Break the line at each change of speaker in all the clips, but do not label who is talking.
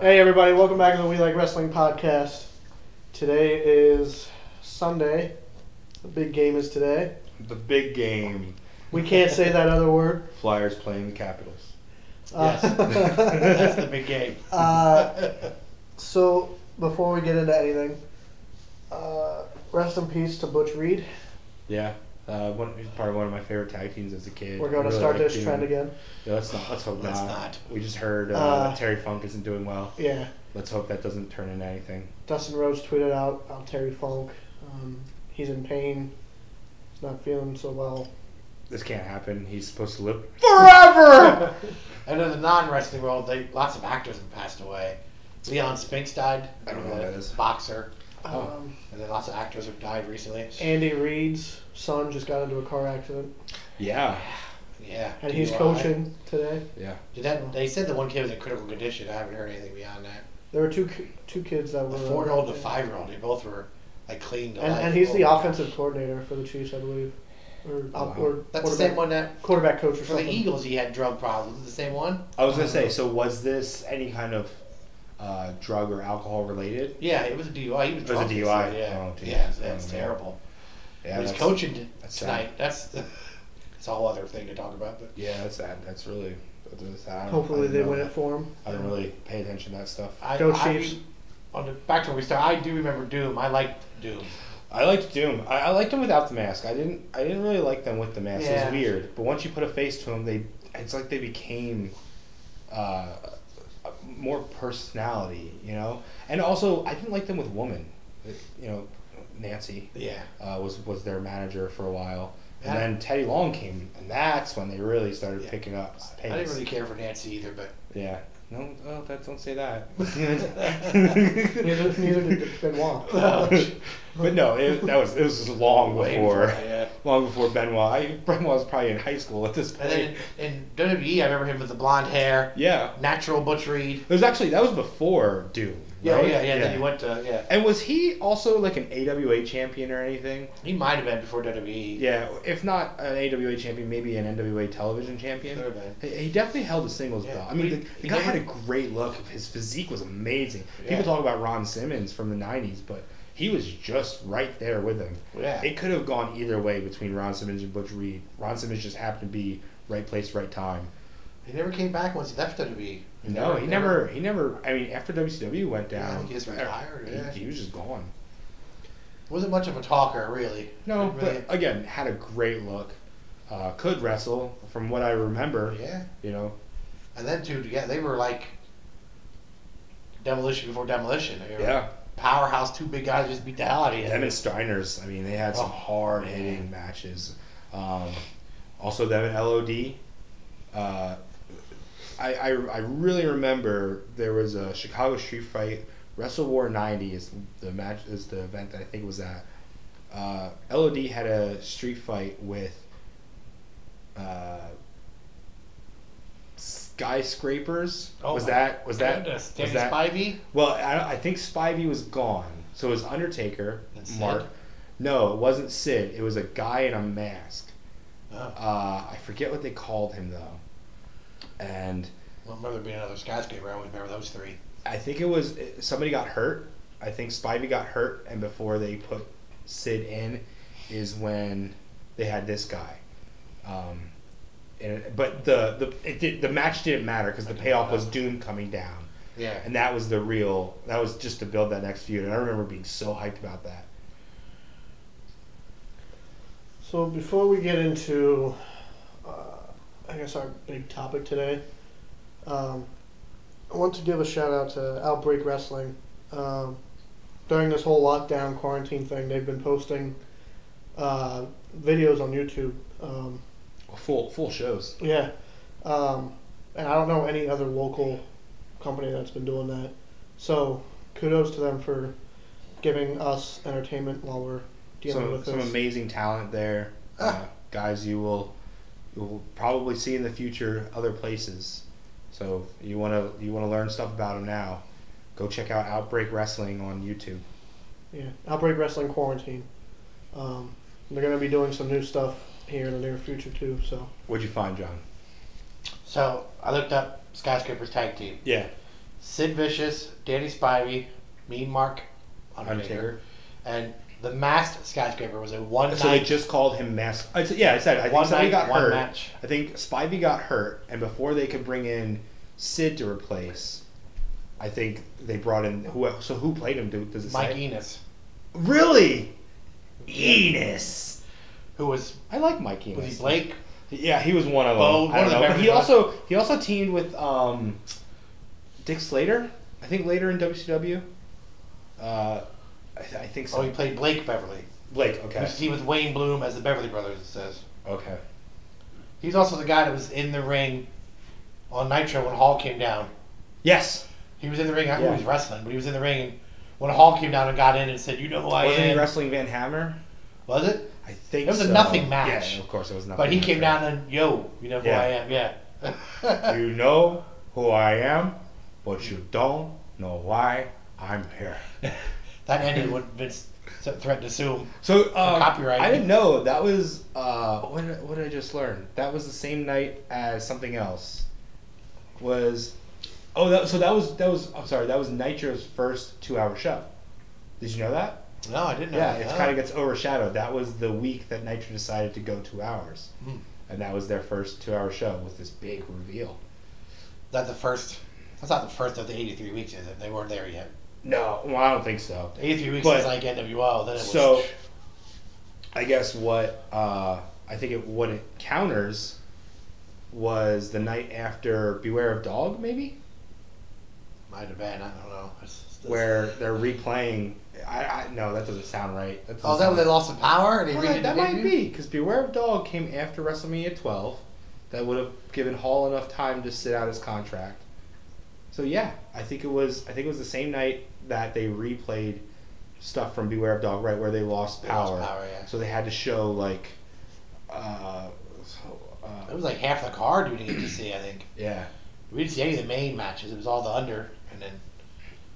Hey everybody, welcome back to the We Like Wrestling podcast. Today is Sunday. The big game is today.
The big game.
We can't say that other word.
Flyers playing the Capitals.
Uh,
Yes, that's the big game.
Uh, so before we get into anything, uh, rest in peace to Butch Reed.
Yeah. Uh, one, he's probably one of my favorite tag teams as a kid.
We're going to
Really
start
liked
this
him.
trend again.
Yeah, let's not. Let's hope
Let's
not.
not.
We just heard uh,
Uh,
that Terry Funk isn't doing well.
Yeah,
Let's hope that doesn't turn into anything.
Dustin Rhodes tweeted out about Terry Funk. Um, he's in pain. He's not feeling so well.
This can't happen. He's supposed to live forever.
And in the non-wrestling world, they, lots of actors have passed away. Leon Spinks died.
I don't know who that is.
Boxer. Oh.
Um,
And then lots of actors have died recently.
Andy Reid's son just got into a car accident,
yeah.
yeah.
and he's
DUI.
coaching today.
Yeah.
Did that, they said the one kid was in critical condition. I haven't heard anything beyond that.
There were two ki- two kids that were
A four-year-old and a
uh,
five-year-old. They both were like clean. to
and,
life.
and he's the
Oh, my
offensive
gosh.
coordinator for the Chiefs, I believe, or,
Wow.
or
That's the
quarterback-
same one that
quarterback coach or
for the
something.
Eagles he had drug problems. The same one.
I was gonna
Uh-huh.
say. So was this any kind of uh, drug or alcohol related?
Yeah, it was a DUI. He was
It was a
drunk. this
DUI.
year, Yeah.
Oh, geez.
yeah, that's
Oh, man.
terrible.
Yeah.
he's
that's-
coaching t-
that's sad.
tonight. That's that's a whole other thing to talk about. But
Yeah, that's sad. That's really. That's sad. I don't-
Hopefully
I didn't
they
know
win
that.
it for him.
I don't really pay attention to that stuff.
I,
Go
I
Chiefs.
re- on the back to where we started, I do remember Doom. I liked Doom.
I liked Doom. I, I liked him without the mask. I didn't. I didn't really like them with the mask. It
Yeah.
was weird. But once you put a face to them, they. It's like they became, uh, more personality. You know. And also, I didn't like them with woman. You know, Nancy
Yeah.
uh, was was their manager for a while, and
Yeah.
then Teddy Long came, and that's when they really started
Yeah.
picking up
I
pace.
didn't really care for Nancy either, but
Yeah. No, oh, that don't say that.
Neither, neither did Benoit.
but no, it, that was it was long
Way
before.
before, yeah.
long before Benoit. I, Benoit was probably in high school at this point.
And then in, in WWE, I remember him with the blonde hair,
yeah,
natural Butch Reed.
it was actually that was before Doom.
Yeah,
right?
yeah, yeah, Then he went to yeah.
And was he also like an AWA champion or anything?
He might have been before E. WWE.
Yeah, if not an AWA champion, maybe an NWA television champion.
Could have been.
He he definitely held the singles
Yeah.
belt. I mean,
He-
the, the
he
guy
did.
had a great look. His physique was amazing.
Yeah.
People talk about Ron Simmons from the '90s, but he was just right there with him.
Yeah.
It could have gone either way between Ron Simmons and Butch Reed. Ron Simmons just happened to be right place, right time.
He never came back once he left E. WWE.
No, he never, he never. I mean, after WCW went
Yeah, I
down, uh,
think he just retired,
he-
yeah.
He, was just gone.
wasn't much of a talker really.
No,
Didn't really-
but again, had a great look. Uh, could wrestle, from what I remember.
yeah.
You know,
And then two together, they were like demolition before demolition. They were
yeah.
Powerhouse, two big guys just beat the hell out of you.
Them and Steiner's. I mean, they had some
Oh,
hard hitting matches. Um, also, them and LOD. Uh, I, I I really remember there was a Chicago Street Fight. Wrestle War '90 is the match is the event that I think was at. Uh, LOD had a street fight with. Uh, skyscrapers
Oh
was
my
that was that
Goodness,
was
Dennis
that
Spivey?
well, I, I think Spivey was gone, so it was Undertaker.
And Sid?
Mark. No, it wasn't Sid. It was a guy in a mask.
Oh.
Uh, I forget what they called him though. And
I remember there being another skyscraper. I always remember those three.
I think it was eh, somebody got hurt. I think Spivey got hurt, and before they put Sid in, is when they had this guy. Um, and, but the the it did, the match didn't matter because the payoff was Doom coming down.
Yeah.
And that was the real, that was just to build that next feud. And I remember being so hyped about that.
So before we get into, uh, I guess our big topic today, um, I want to give a shout out to Outbreak Wrestling. Um, during this whole lockdown quarantine thing, they've been posting uh, videos on YouTube. Um,
Full full shows.
yeah, um, and I don't know any other local company that's been doing that. So kudos to them for giving us entertainment while we're dealing
Some,
with
some
this.
amazing talent there. Uh, guys you will you will probably see in the future other places. So you wanna you wanna learn stuff about them now. Go check out Outbreak Wrestling on YouTube.
Yeah, Outbreak Wrestling Quarantine. Um, they're going to be doing some new stuff here in the near future too. So
What'd you find, John?
So I looked up skyscrapers tag team.
Yeah.
Sid Vicious, Danny Spivey, Mean Mark, Undertaker,
Undertaker.
and the Masked Skyscraper was a one
So they
night,
just called him Mask. I said- yeah, I said. I think
one
somebody
night,
got
one
hurt.
match.
I think Spivey got hurt, and before they could bring in Sid to replace, I think they brought in who. So who played him? Do- Does it
Mike
say?
Enos,
Really, Enos.
who was
I like Mike Enos.
was he Blake?
Yeah, he was one of them.
Oh,
I
one of
don't know.
the
But he
members.
also he also teamed with um, Dick Slater. I think later in WCW. Uh, I, th- I think so.
Oh, he played Blake Beverly.
Blake. Okay.
He was Wayne Bloom as the Beverly Brothers. It says
Okay.
he's also the guy that was in the ring on Nitro when Hall came down.
Yes.
He was in the ring. I don't know
Yeah.
he was wrestling, but he was in the ring when Hall came down and got in and said, "You know who I
Wasn't he
am."
wrestling Van Hammer?
was it?
I think
It was a
so.
nothing match.
Yeah, of course it was nothing.
But he
match,
came
right.
down and yo, you know who
Yeah.
I am? Yeah.
You know who I am, but you don't know why I'm here.
that ended when Vince threatened to sue him.
So um,
copyright.
I didn't know that was uh, what, did, what did I just learn? That was the same night as something else. Was oh that, so that was that was I'm sorry that was Nitro's first two hour show. Did you know that?
No, I didn't know.
yeah,
that.
it
No.
kind of gets overshadowed. That was the week that Nitro decided to go two hours,
Hmm.
and that was their first two hour show with this big reveal.
That's the first. That's not the first of the 83 weeks, is it? They weren't there yet.
No, well I don't think so.
The 83 weeks
But-
is like NWO. Then it was.
so i guess what uh, i think it what it counters was the night after beware of dog maybe
might have been. I don't know. It's- it's-
where they're replaying i, I no that doesn't sound right that
Oh, is that when they
doesn't
lost the power? And they
sound
redid
right.
the
that might
debut?
be because beware of dog came after wrestlemania 12 that would have given hall enough time to sit out his contract so yeah i think it was i think it was the same night that they replayed stuff from beware of dog right where they lost
They lost
power
yeah.
So they had to show like, uh, so,
It
uh
was like half the card we didn't get to see. I think
yeah,
we didn't see any of the main matches. It was all the under, and then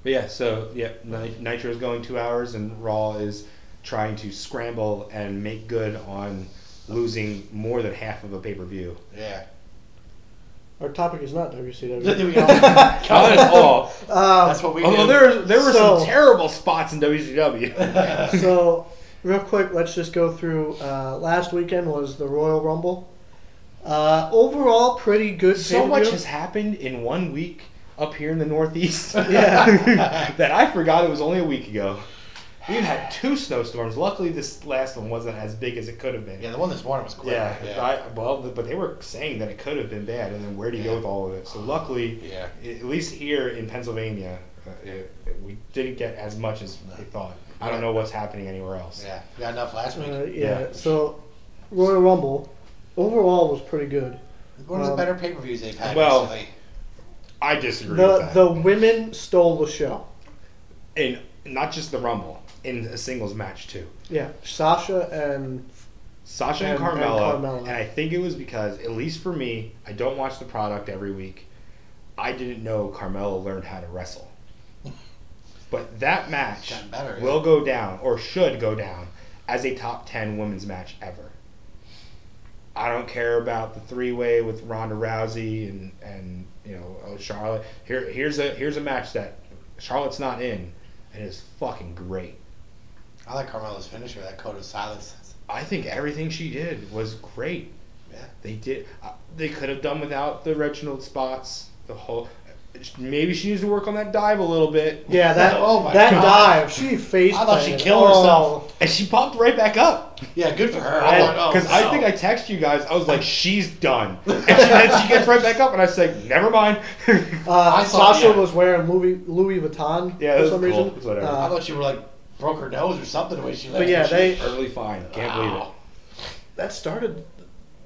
but yeah. So yeah, Ni- Nitro is going two hours, and Raw is trying to scramble and make good on losing more than half of a pay per view.
yeah.
Our topic is not WCW.
We all-
Not at all.
um,
that's what we
Although
do.
there there were
So-
some terrible spots in WCW.
so, real quick, let's just go through. Uh, last weekend was the Royal Rumble. Uh, overall, pretty good.
so much
pay-per-view.
has happened in one week up here in the Northeast.
Yeah.
that I forgot it was only a week ago. We've had two snowstorms. Luckily, this last one wasn't as big as it could have been.
Yeah, the one this morning was quick.
Yeah,
yeah.
I, well, but they were saying that it could have been bad, and then where do you go
Yeah.
with all of it? So luckily,
Yeah.
i- at least here in Pennsylvania, uh, it, we didn't get as much as we thought. I don't know what's happening anywhere else.
Yeah, we got enough last week.
Uh,
It
yeah.
Yeah.
So, Royal Rumble overall was pretty good.
was one of the
um,
better pay per views they've had
well,
recently.
I disagree with
The
that.
the women stole the show.
in not just the Rumble, in a singles match too.
Yeah, Sasha and
Sasha and,
And- and
Carmella, and
Carmella.
I think it was because, at least for me, I don't watch the product every week. I didn't know Carmella learned how to wrestle. But that match
gotten better, yeah.
will go down, or should go down, as a top 10 women's match ever. I don't care about the three way with Ronda Rousey and, and you know oh, Charlotte. Here here's a here's a match that Charlotte's not in, and it's fucking great.
I like Carmelo's finisher, that code of silence.
I think everything she did was great.
Yeah.
They did. Uh, they could have done without the Reginald spots. The whole. Maybe she needs to work on that dive a little bit.
yeah that
Oh my
that
God.
dive she face.
I thought she
planted.
killed
Oh.
herself.
And she popped right back up.
Yeah, good for her. I'm like, oh,
Because I
no.
think I texted you guys. I was like, she's done. And she, then she gets right back up, and I was like, never mind.
Uh,
I saw-
Sasha
yeah.
was wearing Louis Louis Vuitton
Yeah,
for
that's
some
cool.
reason.
It's whatever.
I
Uh,
thought she were like broke her nose or something the way she left.
But yeah,
She-
they-
Early fine. Can't believe it.
Wow.
that started.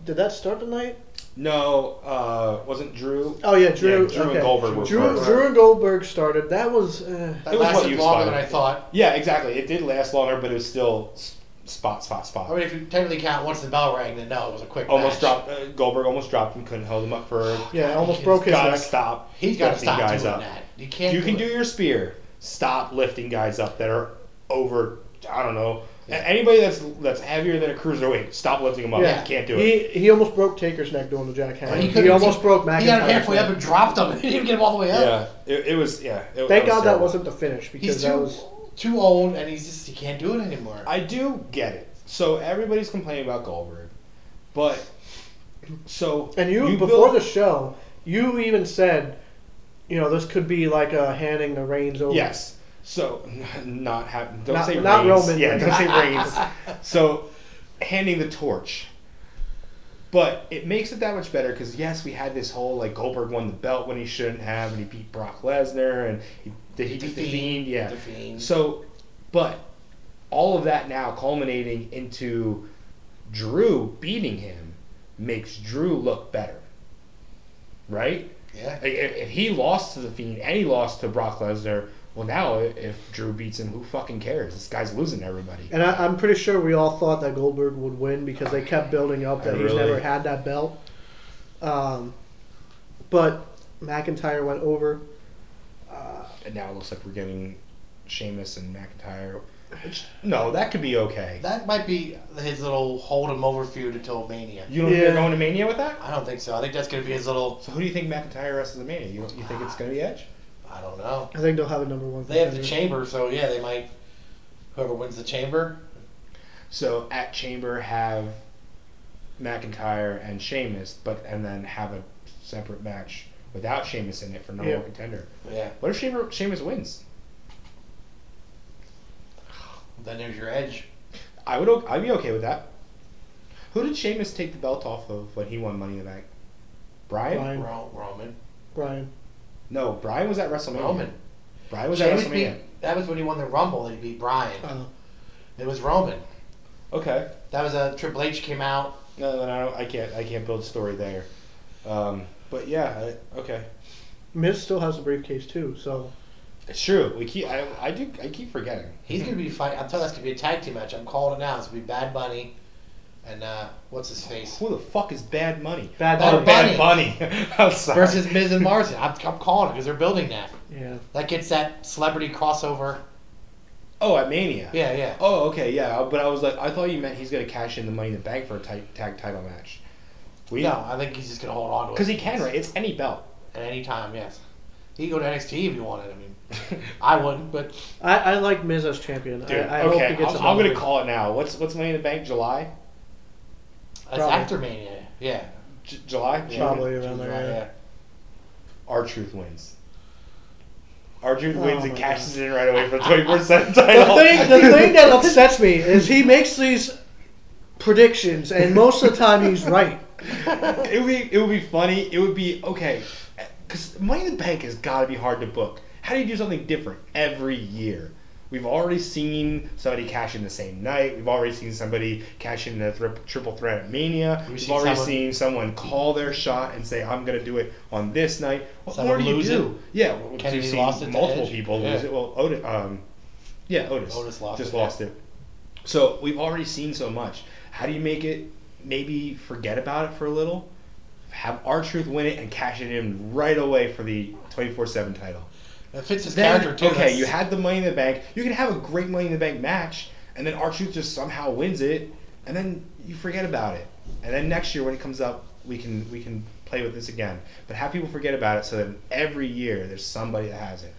Did that start tonight?
No, uh, wasn't Drew.
Oh yeah, Drew.
Yeah, Drew and
okay.
Goldberg were
Drew,
first.
Drew and Goldberg started. That was. Uh,
That
It was what
lasted
you
longer
spotted.
than I thought.
Yeah, exactly. It did last longer, but it was still s- spot, spot, spot.
I
Oh,
mean, if you technically count once the bell rang, then no, it was a quick
almost
match.
dropped. Uh, Goldberg almost dropped him. Couldn't hold him up for.
yeah, almost
He's
broke his
Gotta
neck.
stop.
He's got to
lifting
stop
guys
doing
up.
that. You can't.
you can
it.
do your spear. Stop lifting guys up that are over. I don't know A- Anybody that's that's heavier than a cruiserweight, stop lifting them up.
Yeah.
You can't do it.
He he almost broke Taker's neck doing the jackhammer.
And he
He,
couldn't-
almost broke McIntyre's
He got him halfway
neck.
up and dropped him. He didn't get him all the way up.
Yeah, it, it was. Yeah, it,
Thank
was
God that
terrible.
wasn't the finish because
He's
that
too
was
too old, and he's just he can't do it anymore.
I do get it. So everybody's complaining about Goldberg, but so
and you, before the show, you even said, you know, this could be like uh, handing the reins over.
yes. So not ha- don't
Not-
say
not
reigns.
Roman
Yeah,
Reigns.
don't say reigns. So handing the torch. But it makes it that much better because yes, we had this whole like Goldberg won the belt when he shouldn't have, and he beat Brock Lesnar, and he, did he beat the Fiend? Yeah.
The Fiend.
So, but all of that now culminating into Drew beating him makes Drew look better, right?
yeah.
Like, If, if he lost to the Fiend and he lost to Brock Lesnar, well, now i- if Drew beats him, who fucking cares? This guy's losing everybody.
And I, I'm pretty sure we all thought that Goldberg would win because they kept building up that
I
he's
really-
never had that belt. Um, but McIntyre went over. Uh,
And now it looks like we're getting Sheamus and McIntyre. Which, no, that could be okay.
That might be his little hold him over feud until Mania.
You don't think they're
Yeah.
going to Mania with that?
I don't think so. I think that's gonna be his little.
So who do you think McIntyre wrestles at Mania? You, you think it's going to be Edge?
I don't know.
I think they'll have a number one.
They have the
contender.
chamber, so yeah, they might. Whoever wins the chamber,
So at Chamber have McIntyre and Sheamus, but and then have a separate match without Sheamus in it for number
Yeah.
one contender.
yeah.
What if Sheamus, Sheamus wins?
Then there's your edge.
I would o- I'd be okay with that. Who did Sheamus take the belt off of when he won Money in the Bank? Brian?
Brian.
Ro- Roman.
Brian.
No, Brian was at WrestleMania.
Roman.
Brian was
Sheamus
at WrestleMania.
beat, that was when he won the Rumble. He beat Brian.
Oh.
It was Roman.
Okay.
That was a Triple H came out.
No, then I don't. I can't. I can't build a story there. Um, but yeah. I, okay.
Miz still has the briefcase too, so
It's true. We keep. I, I do. I keep forgetting.
He's
Hmm.
gonna be fight. I'm telling that's gonna be a tag team match. I'm calling it now. It's gonna be Bad Bunny, and uh, what's his face
Who the fuck is Bad Money?
bad.
Bad
Oh,
luck.
Bad Bunny. I'm sorry.
versus Miz and Morrison. I'm, I'm calling it because they're building that.
Yeah.
That gets that celebrity crossover.
Oh, at Mania.
Yeah, yeah.
Oh, okay, yeah. But I was like, I thought you meant he's gonna cash in the Money in the Bank for a tag, tag title match. We
No, I think he's just gonna hold on to it.
because he can, right? It's any belt.
At any time, yes. He can go to NXT if he wanted. I mean, I wouldn't, but
I, I like Miz as champion.
Dude,
I, I hope
okay,
he gets
I'm,
another
I'm gonna
win.
call it now. What's what's Money in the Bank? July,
that's
Probably.
after Mania. Yeah.
J- July, June?
Probably around there. yeah.
Our truth wins. Our truth
Oh
wins and
my
cashes in right away for the 24 7 title.
The thing, the thing that upsets me is he makes these predictions, and most of the time he's right.
it would be it would be funny. It would be okay, because Money in the Bank has got to be hard to book. How do you do something different every year? We've already seen somebody cash in the same night. We've already seen somebody cash in the thr- triple threat at Mania. We've,
seen
already
someone-
seen someone call their shot and say, "I'm going to do it on this night." What
Someone
more do
lose
you do? Yeah, well,
Kennedy
we've seen
lost it to
multiple
Edge.
people
Yeah.
lose it. Well, Otis, um, yeah, Otis,
Otis lost
just
it, yeah.
lost it. So we've already seen so much. How do you make it? Maybe forget about it for a little. Have our truth win it and cash it in right away for the twenty four seven title.
It fits his
Then,
character too.
okay,
that's-
you had the Money in the Bank. You can have a great Money in the Bank match, and then our truth just somehow wins it, and then you forget about it. And then next year when it comes up, we can we can play with this again. But have people forget about it so that every year there's somebody that has it.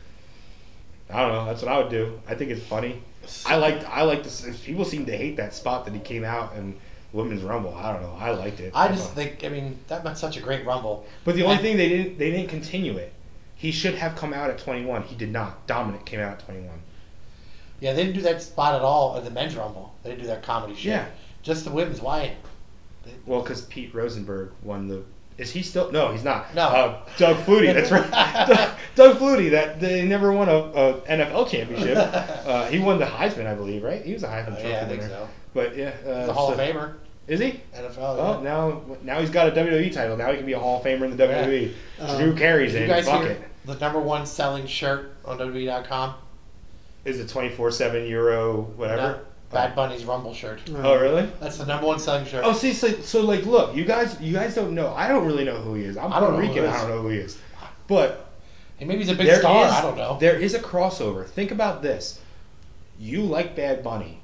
I don't know. That's what I would do. I think it's funny. I liked I liked this. People seem to hate that spot that he came out and Women's Rumble. I don't know. I liked it.
I just think, I mean, that meant such a great Rumble.
But the only thing they didn't they didn't continue it. He should have come out at 21. He did not. Dominic came out at 21.
Yeah, they didn't do that spot at all at the men's Rumble. They didn't do that comedy shit.
Yeah.
Just the women's. Why?
Well, because Pete Rosenberg won the. Is he still? No, he's not.
No.
Uh, Doug Flutie. That's right. Doug, Doug Flutie. That they never won a, a NFL championship. Uh, he won the Heisman, I believe. Right? He was a Heisman
Oh,
Trophy
yeah, I
winner.
think so.
But yeah. Uh,
The Hall of
so-
Famer.
Is he?
NFL.
Well,
yeah.
now now he's got a WWE title. Now he can be a Hall of Famer in the WWE.
Um,
Drew carries it.
Did Uh, you guys
Fuck
hear
it.
the number one selling shirt on E WWE.com?
Is it 24/7 Euro
No,
whatever?
Bad Bunny's Rumble shirt.
Oh really?
That's the number one selling shirt.
Oh, see, so, so like, look, you guys, you guys don't know. I don't really know who he is. I'm
I don't
Puerto
know who
Rican.
he
I
is.
don't know who he is. But
Hey, maybe he's a big
There
star.
is-
I don't know.
There is a crossover. Think about this. You like Bad Bunny.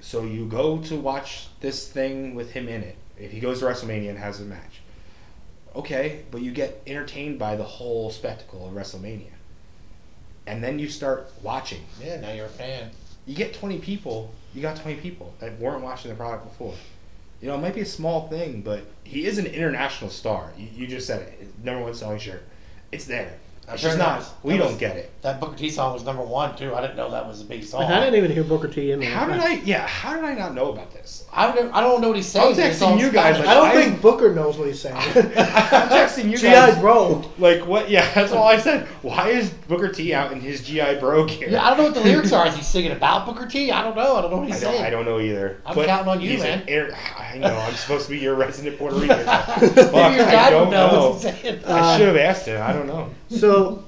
So you go to watch this thing with him in it. If he goes to WrestleMania and has a match, okay, but you get entertained by the whole spectacle of WrestleMania, and then you start watching.
Yeah, now you're a fan.
You get twenty people. You got twenty people that weren't watching the product before. You know, it might be a small thing, but he is an international star. You, you just said it. Number one selling shirt. It's there. It's just not. We
that
don't
was-
get it.
That Booker T song was number one too. I didn't know that was a big song.
Like, I didn't even hear Booker T in there.
How did I? Yeah. How did I not know about this?
I don't, I don't know what he's
I was
saying. but it's
texting
all
you guys,
Spanish.
I
I-
don't think Booker knows what he's saying.
I'm texting you
GI
guys.
Bro.
Like what? Yeah, that's all I said. Why is Booker T out in his GI Bro gear?
yeah, I don't know what the lyrics are. Is he singing about Booker T? I don't know. I don't know what he's
I don't,
saying.
I don't know either.
I'm counting on you,
he's an
man.
inter- I know. I'm supposed to be your resident Puerto Rican. Fuck,
Maybe your
I
dad
don't
would know,
know.
what he's saying.
Uh,
I should have asked him. I don't know.
So,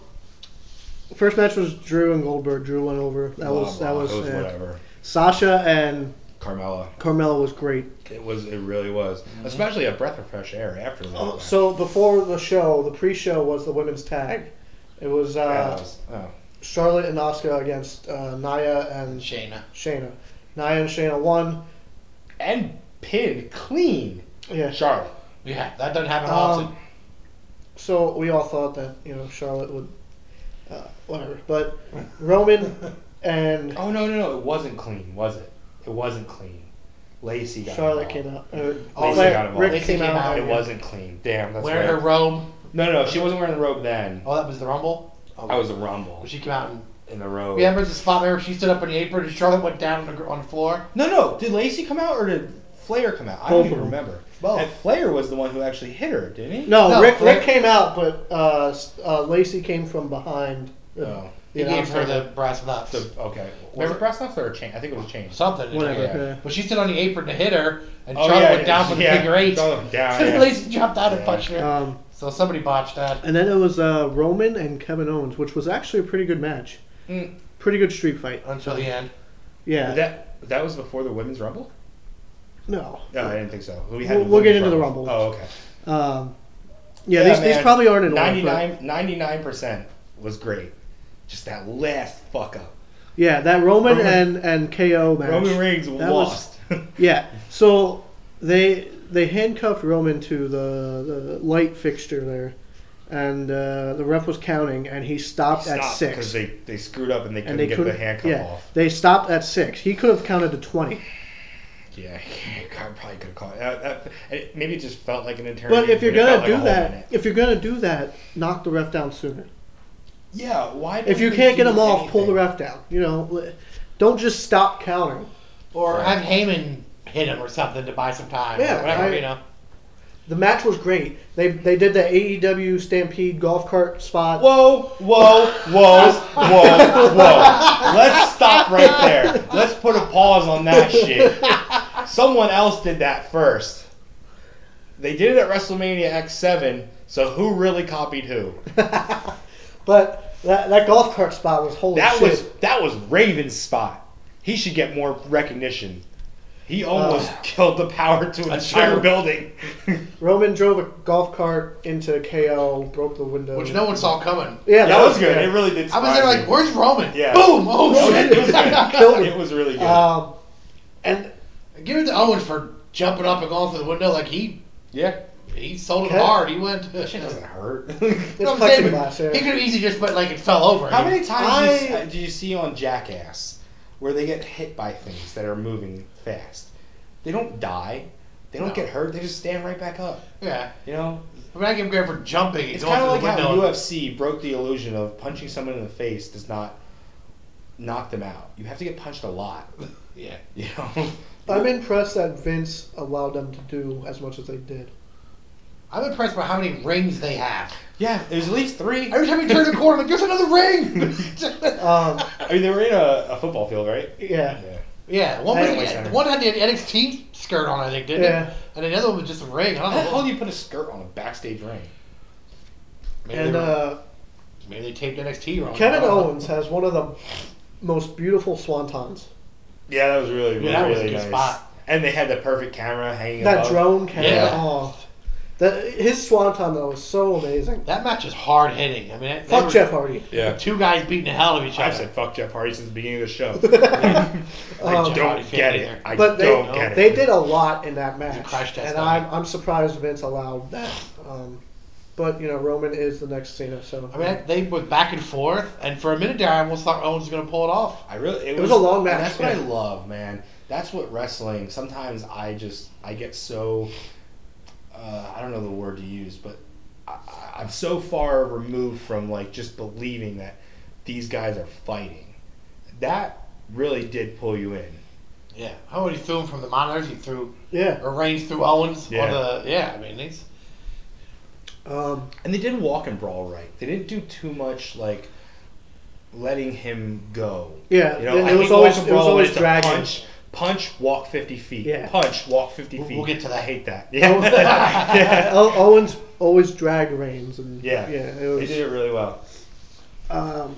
first match was Drew and Goldberg. Drew went over. That was
Blah, blah.
that was,
It was
uh,
whatever.
Sasha and
Carmella.
Carmella was great.
It was. It really was.
Mm-hmm.
Especially a breath of fresh air after that.
Oh, so before the show, the pre-show was the women's tag. It was uh,
Yeah, that was- oh.
Charlotte and Asuka against uh, Naya and
Shayna.
Shayna. Naya and Shayna won.
and pinned clean
Yeah.
Charlotte.
Yeah, that doesn't happen
Um,
often.
So we all thought that you know Charlotte would, uh, whatever. But Roman and
Oh no no no! It wasn't clean, was it? It wasn't clean. Lacey got
Charlotte
involved.
came out. Uh,
Lacey
Flair-
got involved.
Rick
Lacey
came,
came
out.
out.
It wasn't clean. Damn, Um, that's
Wearing
right.
her robe.
No, no, no, she wasn't wearing the robe then.
Oh, that was the Rumble. Oh,
I was a rumble
When she came out and
in the robe.
remember the spot where she stood up in the apron and Charlotte went down on the, gr- on the floor.
No, no. Did Lacey come out or did Flair come out? I
Both
don't
of
even
them.
remember.
Both.
And Flair was the one who actually hit her, didn't he?
No,
No,
Rick
Flair-
Rick came out, but uh, s- uh, Lacey came from behind. the-
Oh.
the
He gave
announcer.
her the brass nuts.
The, okay. Was
Remember-
it brass knuckles or a chain? I think it was a chain.
Something.
Whatever.
Yeah.
yeah.
But she stood on the apron to hit her, and Charlotte went down for the
Oh, yeah.
figure eight.
Oh, down,
so
yeah.
Lacey jumped out and
Yeah. Oh.
punched her.
Um,
so somebody botched that.
and then it was uh, Roman and Kevin Owens, which was actually a pretty good match.
Mm.
Pretty good street fight.
Until the end.
Yeah.
That that was before the women's rumble.
no.
No, I didn't think so. We
We'll-
the
we'll get
women's
into the rumble.
Oh, okay.
Um, yeah, these, these probably aren't in order. but-
99 percent was great. Just that last fuck up.
Yeah, that Roman,
Roman-
and and KO match.
Roman Reigns
That
lost.
Yeah, so they they handcuffed Roman to the, the light fixture there, and uh, the ref was counting, and he stopped, at
because
six.
they, they screwed up and they couldn't
and they
get
couldn't.
the handcuff
yeah,
off.
they stopped at six. He could have counted to twenty.
Yeah, God, probably could have caught that, that. and it- Maybe it just felt like an eternity.
But if you're
it
gonna
felt like a
do
whole
that,
minute.
if you're gonna do that, knock the ref down sooner.
yeah, why?
If
don't
you
they
can't get
do
him off, pull the
anything?
ref down. You know, don't just stop counting.
Or
Right.
have Heyman hit him or something to buy some time.
Yeah,
or whatever,
I-
you know.
The match was great. They they did the AEW Stampede golf cart spot.
Whoa, whoa, whoa, whoa, whoa! Let's stop right there. Let's put a pause on that shit. Someone else did that first. They did it at WrestleMania X7. So who really copied who?
But that, that golf cart spot was holy
That
shit.
was that was Raven's spot. He should get more recognition. He
Uh.
almost killed the power to an
That's
entire
true.
building.
Roman drove a golf cart into KO, broke the window.
Which no one saw coming.
Yeah,
that, was good. It really did.
I was there
surprise
like,
me.
where's Roman?
Yeah.
Boom! Oh,
That was-
shit! Uh,
it was good.
Killed him.
It was really good.
Um, and
Give it to Owens for jumping up and going through the window like he
yeah,
he sold it
Okay.
hard. He went.
shit doesn't hurt.
It's
I'm saying,
plexiglass, yeah.
He could have easily just put like it fell over.
How many times do you,
I-
do you see on Jackass where they get hit by things that are moving fast? They don't die. They don't
No.
get hurt. They just stand right back up.
Yeah.
You know,
I mean, I give him credit for jumping. and
It's
going
kind of
through
like
the
how
window.
UFC broke the illusion of punching someone in the face does not knock them out. You have to get punched a lot.
Yeah.
You know,
I'm impressed that Vince allowed them to do as much as they did.
I'm impressed by how many rings they have.
yeah. There's at least three.
Every time you turn the corner, I'm like, there's another ring.
Um,
I mean, they were in a, a football field, right?
yeah.
yeah, one,
That
was-
makes sense.
one had the NXT skirt on, I think, didn't
Yeah.
it? And the other one was just a ring. I
How the
don't
hell do
know.
you put a skirt on a backstage ring?
Maybe,
And
they, were-
uh,
maybe they taped NXT wrong. I
Kevin
don't know.
Owens has one of the most beautiful swantons.
Yeah, that was really,
Yeah, that was a good spot.
And they had the perfect camera hanging.
That
above.
drone camera.
Yeah.
Oh, That his swanton though was so amazing.
That match is hard hitting. I mean, they
Fuck
were
Jeff Hardy.
Yeah.
Two guys beating the hell out of each
I've
other.
said fuck Jeff Hardy since the beginning of the show. I
Um,
don't get it. I
but they
don't get it.
they did a lot in that
It was
match,
a crash test
and
on
I'm I'm surprised Vince allowed that. Um, but you know Roman is the next Cena, so
I mean, they went back and forth, and for a minute there, I almost thought Owens was going to pull it off.
I really it,
It was a long match,
That's what I
yeah.
love, man. That's what wrestling. Sometimes I just I get so uh, I don't know the word to use, but I, I- I'm so far removed from like just believing that these guys are fighting. That really did pull you in.
Yeah. How he threw him from the monitors? He threw
yeah.
or Reigns threw Owens.
Yeah.
Yeah. On the, yeah. I mean, he's
Um,
And they did walk and brawl right. They didn't do too much like letting him go.
yeah,
You know,
and
I
it was
think
always
walk and
it was
brawl
always
is a
dragging.
Punch, punch, walk fifty feet.
Yeah. Oh.
Punch, walk 50
We'll-
feet.
we'll get to that.
I hate that. Yeah. yeah.
O- Owens always dragged Reigns, and
Yeah.
yeah, it
They
was.
did it really well.
Um,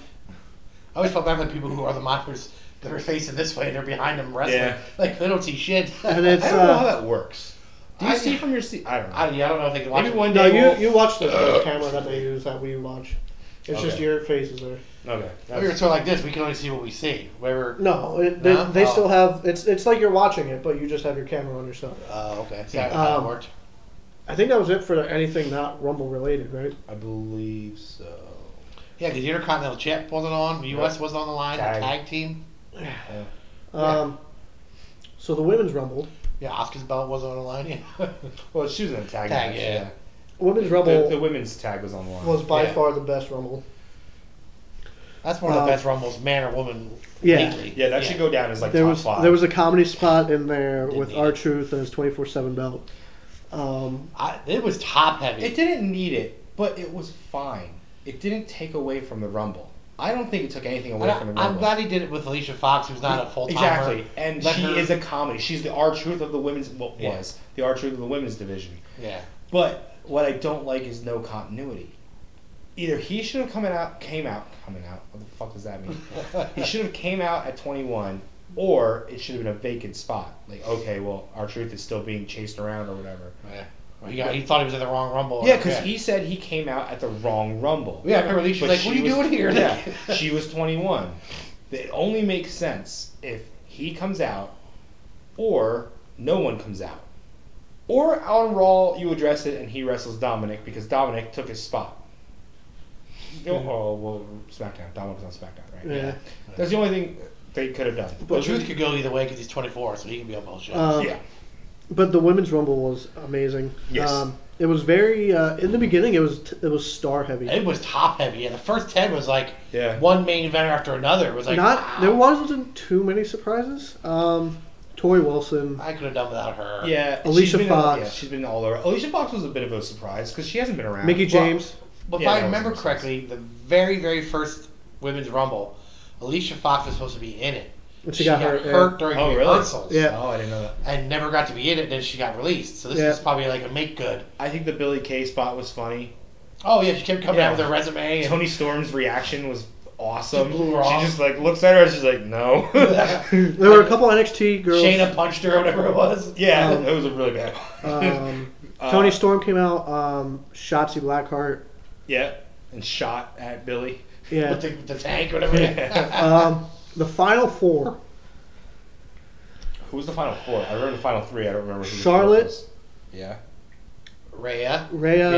I always felt bad for the people who are the monitors that are facing this way and they're behind them wrestling.
Yeah.
Like they don't see shit.
and it's
I don't know how
uh,
that works. Do you
I-
see from your seat? I don't know.
I, yeah, I don't know if they can watch.
Maybe
it.
one
no,
day.
you
we'll-
you watch the camera that they use that we watch. It's just
Okay.
your faces there.
Okay.
If we were
that's-
sort of like this, we can only see what we see. Where we're,
No, it, they,
No?
they
Oh.
still have it's it's like you're watching it, but you just have your camera on yourself.
uh, okay, see how how
Um,
it worked.
I think that was it for anything not Rumble related, right?
I believe so.
Yeah, because the Intercontinental Champ wasn't on, the U.S. wasn't on the line, the
Tag.
tag team.
Um, so the women's Rumble,
Yeah, Oscar's belt wasn't on the line. Yeah.
Well, she was in a tag,
Tag,
match.
yeah.
women's Rumble
The, the women's tag was on the line.
was by
yeah.
far the best Rumble.
That's one of the
Um,
best Rumbles, man or woman.
Yeah.
lately.
yeah, that should go down as like
there
top
was
five.
there was a comedy spot in there
Didn't
with
need it.
our truth and his twenty four seven belt. Um,
I, it was top heavy.
It didn't need it, but it was fine. It didn't take away from the Rumble. I don't think it took anything away
And I,
from the
am
Rumble.
glad he did it with Alicia Fox, who's not a full timer.
Exactly, and
Let
she
her-
is a comedy. She's the R truth of the women's well,
Yeah.
was the R truth of the women's division.
Yeah.
But what I don't like is no continuity. Either he should have come out, came out, coming out. What the fuck does that mean? he should have came out at 21, or it should have been a vacant spot. Like, okay, well, our truth is still being chased around or whatever.
Yeah. Well, he, got, he thought he was in the wrong Rumble.
Yeah, because he said he came out at the wrong rumble.
Yeah, I remember Alicia's
But
like,
she
"What are you
was-
doing here?"
Yeah, she was 21. It only makes sense if he comes out, or no one comes out, or on Raw you address it and he wrestles Dominic because Dominic took his spot. Oh, oh, well, SmackDown. Dominic was on SmackDown, right?
yeah.
That's the only thing they could have done.
But Truth could go either way because he's 24, so he can be on bullshit.
Um,
yeah.
But the women's rumble was amazing.
Yes.
Um, it was very uh, in the beginning. It was t- it was star heavy.
it was top heavy, and the first 10 was like
Yeah.
one main event after another. It was like,
Not
wow.
there wasn't too many surprises. Um, Tori Wilson.
I could have done without her.
Yeah, she's
Alicia
been in-
Fox.
yeah, she's been all over. Alicia Fox was a bit of a surprise because she hasn't been around.
Mickey
Well,
James.
But if
Yeah,
I
that was
remember
interesting.
correctly, the very, very first women's rumble, Alicia Fox was supposed to be in it.
When she got hurt, yeah.
during
Oh, really?
rehearsals.
Yeah.
Oh, I didn't know that.
And never got to be in it, then she got released. So this
Yeah.
is probably like a make good.
I think the Billy Kay spot was funny.
Oh yeah, she kept coming
Yeah.
out with her resume. And,
Tony Storm's reaction was awesome.
Just blew her off.
She just like looks at her and she's like, no.
There were a couple NXT girls.
Shayna punched her, or whatever it was.
yeah,
Um,
that was a really bad one.
Um,
Uh,
Tony Storm came out. Um, Shotzi Blackheart.
Yeah, and shot at Billy.
Yeah.
With the, with the tank, or whatever.
Yeah.
um, the final four.
Who was the final four? I remember the final three. I don't remember. Who the fourth
Charlotte.
was. Yeah.
Rhea,
Rhea,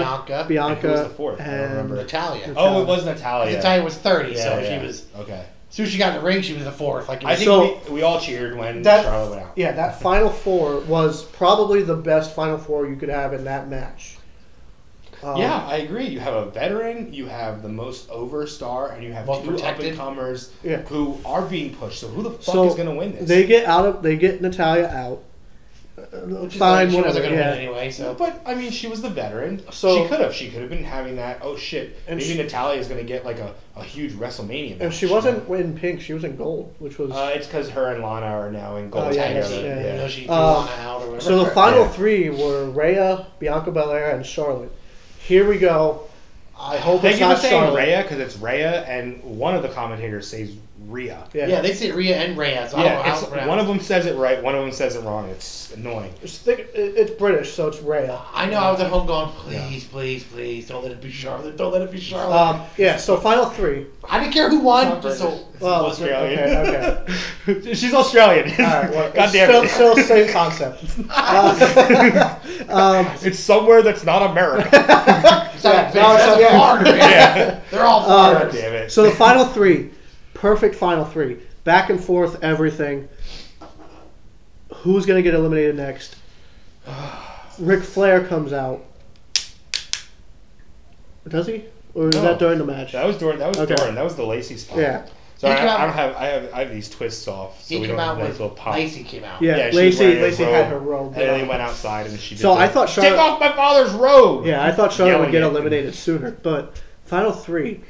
And who was the
Bianca,
Bianca,
fourth? I don't
and
remember.
Natalia.
Oh, it was Natalia.
Natalia was 30,
Yeah,
so
yeah.
she was.
okay.
As soon as she got in the ring, she was the fourth. Like it
I
was,
think
So-
we, we all cheered when
That-
Charlotte went out.
yeah, that final four was probably the best final four you could have in that match. Um,
yeah, I agree. You have a veteran, you have the most over star, and you have
Most
two up
protected.
and comers
Yeah.
who are being pushed. So who the fuck
So,
is going to win this?
They get out of they get Natalia out. Uh,
which is
Fine,
like, she wasn't
whatever.
gonna
Yeah.
win anyway. So
But I mean, she was the veteran.
So-
she could have. She could have been having that. Oh shit!
And
Maybe
she-
Natalia is gonna get like a, a huge WrestleMania. Match,
And she
you know?
wasn't in pink; she was in gold, which was
Uh, it's because her and Lana are now in gold
Oh, yeah,
tag
together.
yeah,
team,
yeah.
you know, she threw
Um,
Lana out or whatever.
So the final
Yeah.
three were Rhea, Bianca Belair, and Charlotte. Here we go. I hope
They
it's
keep
not
on saying
Charlotte.
Rhea because it's Rhea, and one of the commentators says Rhea.
Yeah.
Yeah, they say Rhea and Reyes. I don't know
Yeah,
how
it's,
to pronounce
one of them says it right, one of them says it wrong. It's annoying.
Just think, it- it's British, so it's Rhea.
I know I was at home going, please, please, please, don't let it be Charlotte. Don't let it be Charlotte.
Um, yeah. So final three.
I didn't care who won.
Not
Just
British.
so
Well,
Australian.
Okay.
She's Australian.
All right. Well,
God
it's
damn
still,
it.
still same concept. Uh, um,
it's somewhere that's not America.
it's not
Yeah,
a big-
no, it's
it's a
okay.
foreigner, man.
Yeah.
They're all
Um,
God
foreigners.
damn it.
so the final three, perfect final three, back and forth, everything. Who's gonna get eliminated next? Ric Flair comes out. Does he? Or is
No.
that during the match?
that was during. That was
Okay.
during. That was the Lacey spot.
Yeah.
So
He
I,
came out-
I don't have. I have. I have these twists off, so
he
we
came
don't
out
have
with
nice little pop.
Lacey came out.
Yeah,
she was
Lacey.
wearing a
Lacey had her robe.
And then he went outside and she. Did
So I
the,
thought Charlotte-
Take off my father's robe.
Yeah, I thought Charlotte would
Yelling
get
at him.
eliminated sooner, but final three.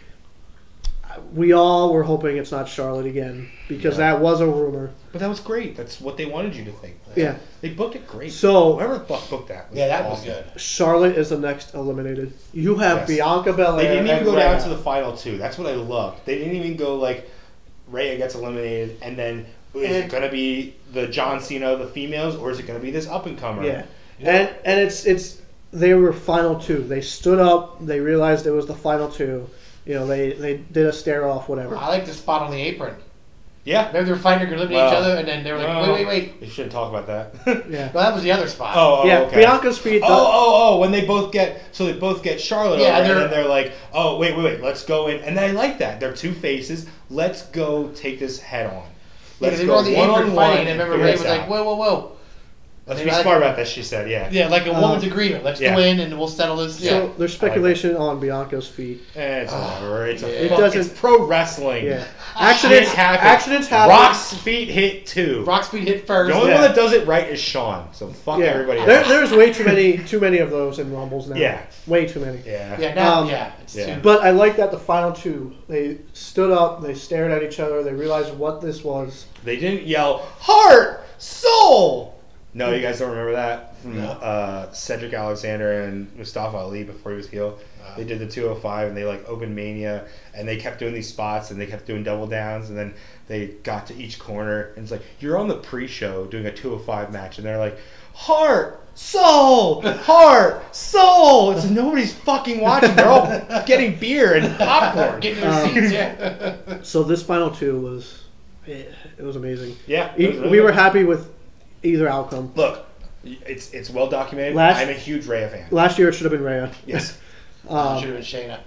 We all were hoping it's not Charlotte again because
Yeah.
that was a rumor.
But that was great. That's what they wanted you to think.
Yeah.
They booked it great.
So
whoever the fuck booked that.
Yeah, that was
awesome.
good.
Charlotte is the next eliminated. You have
Yes.
Bianca Belair.
They didn't even
and
go down
Rhea.
to the final two. That's what I loved. They didn't even go like Rhea gets eliminated, and then is
And-
it gonna be the John Cena of the females, or is it gonna be this up and comer?
Yeah, and and it's it's they were final two. They stood up. They realized it was the final two. You know, they they did a stare off, whatever.
I like the spot on the apron.
Yeah.
Remember they were fighting, they were limiting each
Well,
other, and then they were like,
no.
wait, wait, wait.
We shouldn't talk about that.
Yeah,
No, that was the other spot.
Oh, oh
yeah.
okay.
Bianca's feet.
Oh, oh, oh! When they both get so they both get Charlotte
Yeah,
over,
they're-
and then they're like, "Oh, wait, wait, wait! Let's go in." And I like that. They're two faces. Let's go take this head on.
Yeah,
Let's
they were
go
on the
one
apron
on one.
fighting, and I remember
figure
Ray
this
was like,
out.
whoa, whoa, whoa.
"Let's
they
be
were like-
smart about that." She said, "Yeah."
Yeah, like a
Um,
woman's agreement. Let's
yeah.
go in, and we'll settle this. Yeah.
So there's speculation on Bianca's feet.
Eh, It's whatever. It's a
yeah. It
fuck-
doesn't-
It's pro wrestling.
Yeah, accidents
Shit happens.
Accidents happen.
Rock's feet hit too.
Rock's feet hit first.
the only
yeah.
one that does it right is Sean. So fuck
yeah,
everybody.
there,
else.
there's way too many too many of those in rumbles now.
Yeah.
way too many.
Yeah.
Yeah, now,
Um,
yeah. It's
yeah.
too-
But I like that the final two they stood up, they stared at each other, they realized what this was.
They didn't yell heart, soul. No, you guys don't remember that from uh, Cedric Alexander and Mustafa Ali before he was heel. They did the 205 and they like opened Mania and they kept doing these spots and they kept doing double downs and then they got to each corner and it's like you're on the pre-show doing a 205 match and they're like heart, soul, heart, soul. It's nobody's fucking watching. They're all getting beer and popcorn.
Getting their
Um,
seats, yeah.
So this final two was, it, it was amazing.
yeah, it
E-
was really
we
good.
were happy with either outcome.
Look, it's it's well documented.
Last-
I'm a huge Raya fan.
Last year it should have been Rhea.
Yes,
Um,
Should have been Shayna.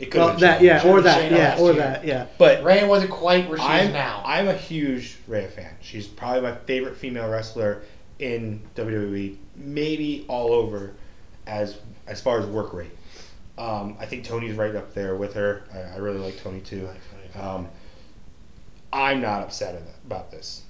it could
well,
have been
that
Shayna.
yeah, or
Should've
that
been Shayna
yeah,
last
or
year.
that yeah.
but
Ray wasn't quite where she
I'm
is now.
I'm a huge Raya fan. She's probably my favorite female wrestler in WWE, maybe all over, as as far as work rate. Um, I think Tony's right up there with her. I, I really like Tony too. Um, I'm not upset about this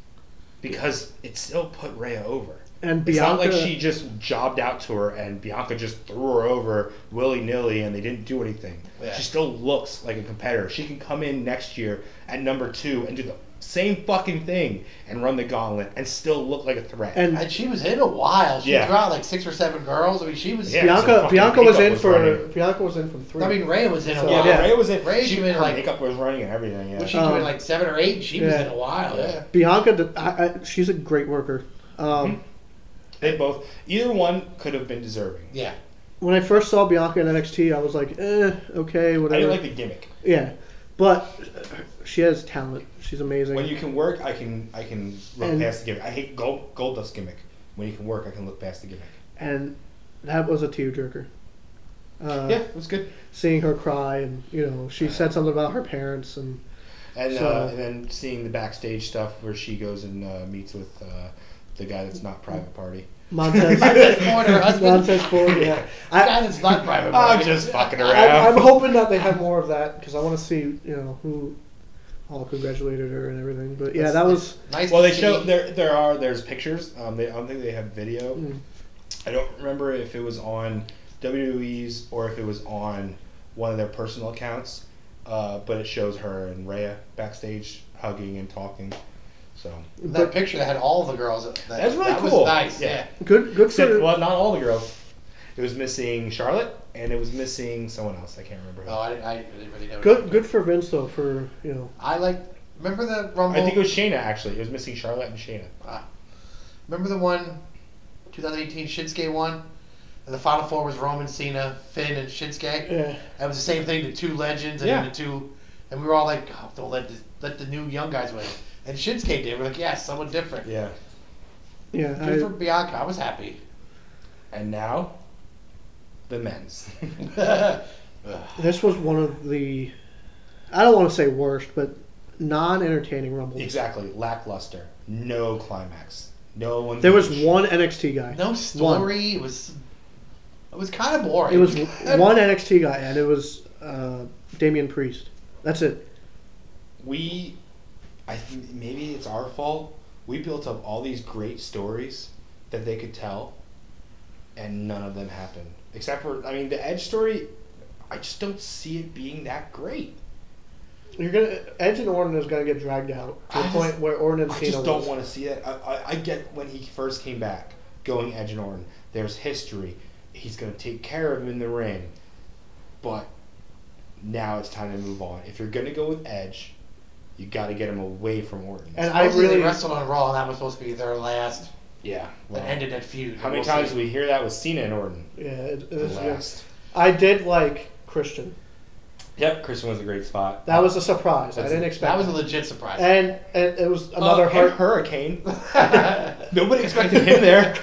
because it still put Raya over.
And
It's
Bianca,
not like she just jobbed out to her and Bianca just threw her over willy nilly and they didn't do anything.
Yeah.
She still looks like a competitor. She can come in next year at number two and do the same fucking thing and run the gauntlet and still look like a threat.
and
And she was in a while. She
Yeah.
threw out like six or seven girls. I mean, she was.
Yeah. so
Bianca
fucking
Bianca was
makeup
in
was
for
running.
Bianca was in from three.
I mean, Ray was in a
So,
yeah,
while.
yeah.
Ray was in.
Ray
she,
came in
her
like-
makeup was running and everything. Yeah.
Was she
Um,
doing like seven or eight? She was
yeah.
in a while. Yeah.
Bianca, did- I, I, she's a great worker. Um,
Hmm? they both either one could have been deserving.
Yeah.
When I first saw Bianca in NXT, I was like, eh, okay,
I
whatever.
didn't like the gimmick.
yeah, but she has talent. She's amazing.
When you can work, I can I can look
And-
past the gimmick. I hate gold gold dust gimmick. When you can work, I can look past the gimmick.
and that was a tearjerker. Uh,
yeah, it was good.
Seeing her cry, and you know, she said something about her parents, and
And,
So-
uh, and then seeing the backstage stuff where she goes and uh, meets with uh, the guy that's not private party.
Montez.
Montez Ford, her husband.
Montez Ford, yeah.
God,
I,
it's not private.
I'm
Ray.
just fucking
I, I'm
around.
hoping that they have more of that because I want to see, you know, who all congratulated her and everything. But yeah,
That's
that
nice.
was
Nice.
well,
to
they show
see.
there there are there's pictures. Um, they, I don't think they have video.
Mm.
I don't remember if it was on WWE's or if it was on one of their personal accounts. Uh, but it shows her and Rhea backstage hugging and talking. So
that picture that had all the girls. That,
That's really
that
cool.
Was nice.
Yeah.
Yeah.
good. Good for
well, not all the girls. It was missing Charlotte, and it was missing someone else. I can't remember. Who.
Oh, I, I didn't really know.
Good, good for Vince though. For you know,
I like. Remember the Rumble?
I think it was Shayna actually. It was missing Charlotte and Shayna.
Remember the one, 2018 Shinsuke one, and the final four was Roman, Cena, Finn, and Shinsuke.
yeah.
That was the same thing. The two legends and
Yeah.
the two, and we were all like, oh, "Don't let the, let the new young guys win." And Shinsuke did. We're like, "Yeah, someone different."
Yeah.
Yeah,
Good for
I,
Bianca. I was happy.
And now, the men's.
this was one of the. I don't want to say worst, but non-entertaining rumbles.
exactly. Lackluster. No climax. No one.
There was one NXT guy.
no story. It was. It was kind of boring.
It was one NXT guy, and it was uh, Damian Priest. That's it.
We, I think maybe it's our fault. We built up all these great stories that they could tell, and none of them happened. Except for, I mean, the Edge story. I just don't see it being that great.
You're gonna Edge and Orton is gonna get dragged out to
I
the
just-
point where Orton and
I
Cena
just don't
lose.
want to see that. I, I, I get when he first came back, going Edge and Orton. There's history. He's going to take care of him in the ring. But now it's time to move on. If you're going to go with Edge, you got to get him away from Orton.
And I
I really
really,
wrestled on Raw, and that was supposed to be their last.
yeah.
That ended that feud.
How many
We'll
times
see.
do we hear that with Cena and Orton?
yeah, it, it
The
is-
last.
I did like Christian.
Yep, Christian was a great spot.
That was a surprise. I
That's-
didn't
That
expect.
was a legit surprise.
and, and it was another
Oh, and
hurt.
hurricane. Nobody expected him there.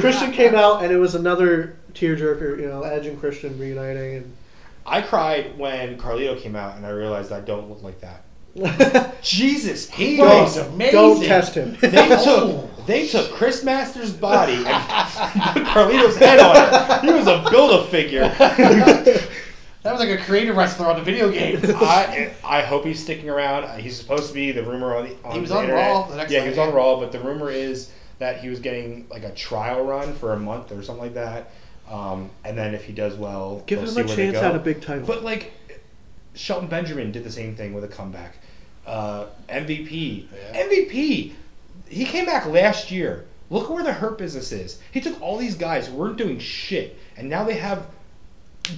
Christian came out, and it was another tearjerker. You know, Edge and Christian reuniting,
I cried when Carlito came out, and I realized I don't look like that.
and
Jesus
He
Don't-
was amazing.
don't test him.
They
Oh.
took they took Chris Masters' body and put Carlito's head on it. He was a build a figure.
That was like a creative wrestler on the video game.
I I hope he's sticking around. Uh, He's supposed to be the rumor on the on
He was
the
on
internet.
Raw the next
yeah, he was
night.
on Raw, but the rumor is that he was getting like a trial run for a month or something like that. Um, and then if he does well,
give
they'll
him
see
a
where they
chance
go.
at a big title.
But like, Shelton Benjamin did the same thing with a comeback. Uh, MVP,
Yeah.
MVP. He came back last year. Look where the hurt business is. He took all these guys who weren't doing shit, and now they have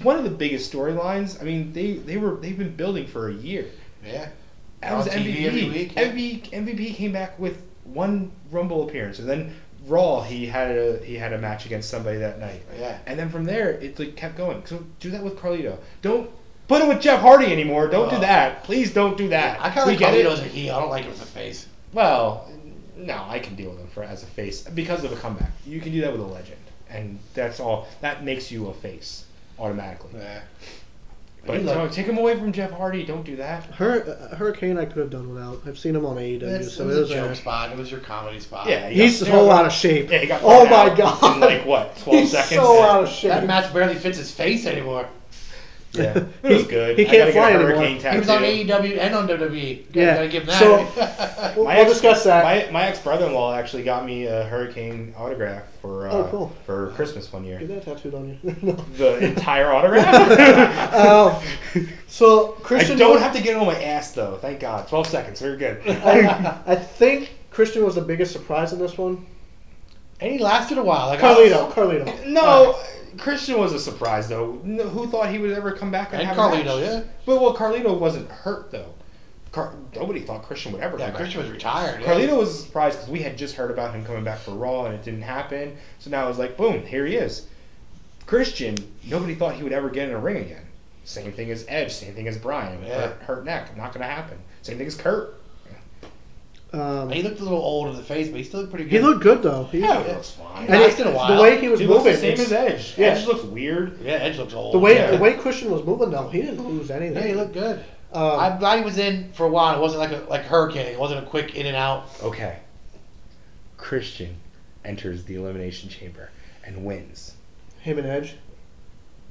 one of the biggest storylines. I mean, they they were they've been building for a year.
yeah.
That
They're
was
on TV
MVP.
every week, yeah.
MVP MVP came back with one Rumble appearance, and then Raw he had a he had a match against somebody that night.
Oh, Yeah.
And then from there, it like kept going. So do that with Carlito. Don't put him with Jeff Hardy anymore. Don't do
Oh.
that. Please don't do that.
I kind
We
of like
get it.
Carlito's a heel. I don't like him as a face.
Well, no, I can deal with him for as a face because of a comeback. You can do that with a legend, and that's all. That makes you a face automatically.
Yeah.
But
He
no,
looked-
take him away from Jeff Hardy. Don't do that.
Hur- Hurricane, I could have done without. I've seen him on AEW,
It's-
so it
it was
was.
a joke
alright.
spot. It was your comedy spot.
Uh, Yeah, he
He's
got-
a whole out of shape.
Yeah, he got
oh
thrown
my
out
god!
in, like what, 12
He's
seconds?
so out of shape.
That match barely fits his face anymore.
Yeah, it was
He-
good.
he
I
can't
gotta get a
fly anymore.
hurricane
He
He was on
tattoo.
AEW and on WWE. Gotta-
Yeah.
Gotta give him that.
We'll,
My
we'll
ex-
discuss that.
My, my ex brother in law actually got me a hurricane autograph for uh,
Oh, cool.
for Christmas one year.
Get that tattooed on you.
The entire autograph.
um, so
I
Christian,
don't have to get it on my ass though. Thank God. Twelve seconds. We're good.
Oh, I, I think Christian was the biggest surprise in this one.
and he lasted a while. Like, I was-
Carlito, Carlito.
no, Christian was a surprise though. No, who thought he would ever come back and,
And
have
Carlito,
a match?
yeah.
But well, Carlito wasn't hurt though. Car- Nobody thought Christian would ever.
Yeah,
come back.
Christian was retired. yeah.
Carlito was a surprise because we had just heard about him coming back for Raw and it didn't happen. So now I was like, boom, here he is. Christian, nobody thought he would ever get in a ring again. Same thing as Edge, same thing as Brian.
Yeah.
Hurt, hurt neck, not going to happen. Same thing as Kurt.
Um,
He looked a little old in the face, but he still looked pretty
he
good.
looked good though. He,
Yeah, he looks fine.
and
lasted
it-
a while.
The way he was
he looks
moving,
the same
it's-
as Edge.
yeah.
Edge looks weird.
Yeah, Edge looks old.
the way
Yeah.
the way Christian was moving though, he didn't lose anything.
Yeah, he looked good.
Um,
I'm glad he was in for a while. It wasn't like a like hurricane. It wasn't a quick in and out.
Okay. Christian enters the Elimination Chamber and wins.
him and Edge.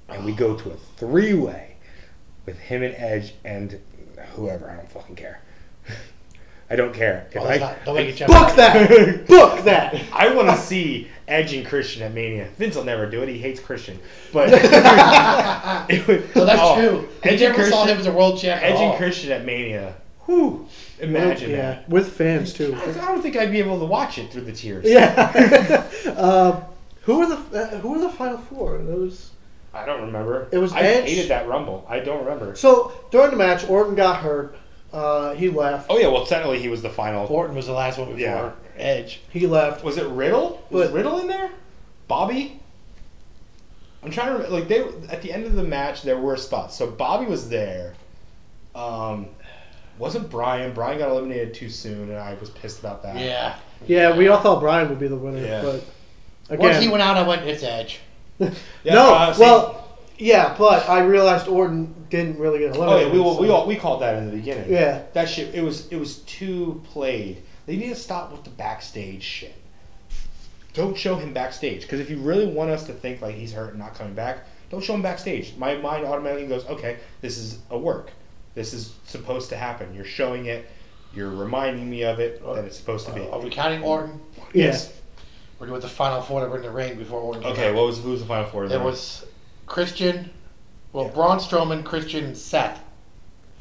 and we go to a three way with him and Edge and whoever. I don't fucking care. I don't care. If
Well,
I,
let's not- don't make it jump.
Book that. Book that.
I want to see Edge and Christian at Mania. Vince will never do it. He hates Christian. But it would-
Well, that's
oh,
true.
Edge
Edge
and
never saw him
Christian,
as a world champ. at
Edge and
all.
Christian at Mania. Whew. Imagine
yeah,
that.
with fans too.
I I don't think I'd be able to watch it through the tears.
Yeah. um, Who were the uh, Who were the final four? Those.
I don't remember.
It was
I
Edge?
hated that Rumble. I don't remember.
So during the match, Orton got hurt. Uh, he left.
Oh yeah, well technically he was the final.
Orton was the last one before
Yeah.
Edge.
He left.
Was it Riddle? Was
But-
Riddle in there? Bobby? I'm trying to remember. Like they at the end of the match, there were spots. So Bobby was there. Um, wasn't Brian? Brian got eliminated too soon, and I was pissed about that.
Yeah.
Yeah, we all thought Brian would be the winner,
Yeah.
but
Once he
again,
went out, I went, it's Edge.
Yeah,
no.
uh, see-
well, yeah, but I realized Orton didn't really get
Oh
eliminated.
yeah, we all, we
so-
all, we called that in the beginning.
Yeah.
That shit. It was it was too played. They need to stop with the backstage shit. Don't show him backstage because if you really want us to think like he's hurt and not coming back, don't show him backstage. My mind automatically goes, okay, this is a work. This is supposed to happen. You're showing it. You're reminding me of
Uh,
it that it's supposed to be.
Are we counting Orton?
Yeah.
Yes.
We're doing the final four that were in the ring before Orton. came
Okay.
out.
What was who was the final four?
It
then?
was Christian, well,
Yeah.
Braun Strowman, Christian, and Seth,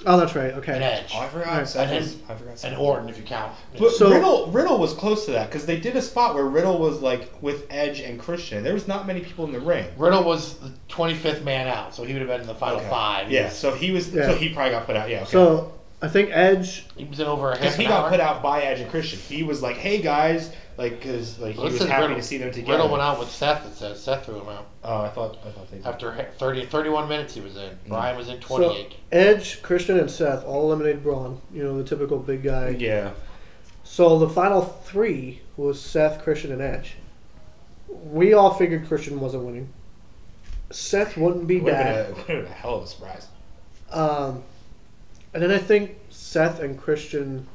Oh, that's right.
and
Okay.
Edge,
Oh, I forgot.
Alright,
Seth
and
was-
him-
I forgot. Seth.
and Orton if you count.
But
So-
Riddle Riddle was close to that because they did a spot where Riddle was like with Edge and Christian. There was not many people in the ring.
Riddle was the 25th man out, so he would have been in the final
Okay.
five.
Yeah, so he was.
Yeah.
So he probably got put out. Yeah. Okay.
So I think Edge.
He was in over a half
because
an
he got
hour.
put out by Edge and Christian. He was like, "Hey guys," like because like he
Well, it
was
says
happy
Riddle-
to see them together.
Riddle went out with Seth, it says. Seth threw him out.
Oh, I thought I thought they.
Uh,
Did.
After he- 30, 31 minutes he was
Mm.
in. Brian was in 28.
Edge, Christian, and Seth all eliminated Braun. You know the typical big guy.
Yeah.
So the final three was Seth, Christian, and Edge. We all figured Christian wasn't winning. Seth wouldn't be
Would
back.
have been, a- would've been a hell of a surprise.
Um, and then I think Seth and Christian.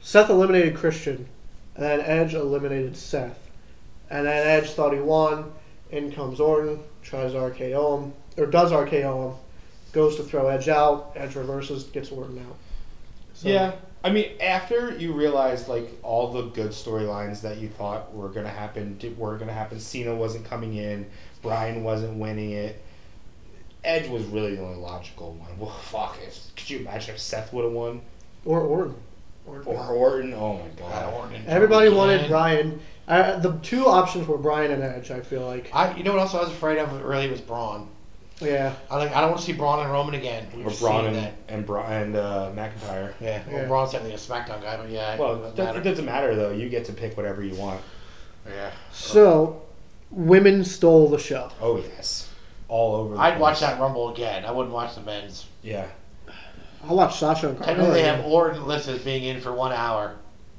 Seth eliminated Christian, and then Edge eliminated Seth. And then Edge thought he won. In comes Orton, tries to RKO him, or does RKO him, goes to throw Edge out. Edge reverses, gets Orton out. So-
yeah. I mean, after you realized like all the good storylines that you thought were gonna happen did, were gonna happen, Cena wasn't coming in, Brian wasn't winning it. Edge was really the only logical one. Well, fuck. If, could you imagine if Seth would have won
Or Orton. Orton.
or Orton? Oh my
Got
god.
Orton in
Everybody
trouble
wanted
again.
Brian. Uh, the two options were Brian and Edge. I feel like.
I, you know what else I was afraid of really was Braun.
Yeah.
I, like, I don't want to see Braun and Roman again. We've
Or Braun
seen
and
that.
and, Bra- and uh, McIntyre.
Yeah, well,
Yeah.
Braun's definitely a SmackDown guy, but yeah, it
Well,
doesn't
it doesn't-
matter.
it doesn't matter though. You get to pick whatever you want.
yeah.
So, women stole the show.
Oh yes, all over. The
I'd watch
place.
that Rumble again. I wouldn't watch the men's.
Yeah.
I watched Sasha and Carmella.
Technically, they have Orton listed as being in for one hour,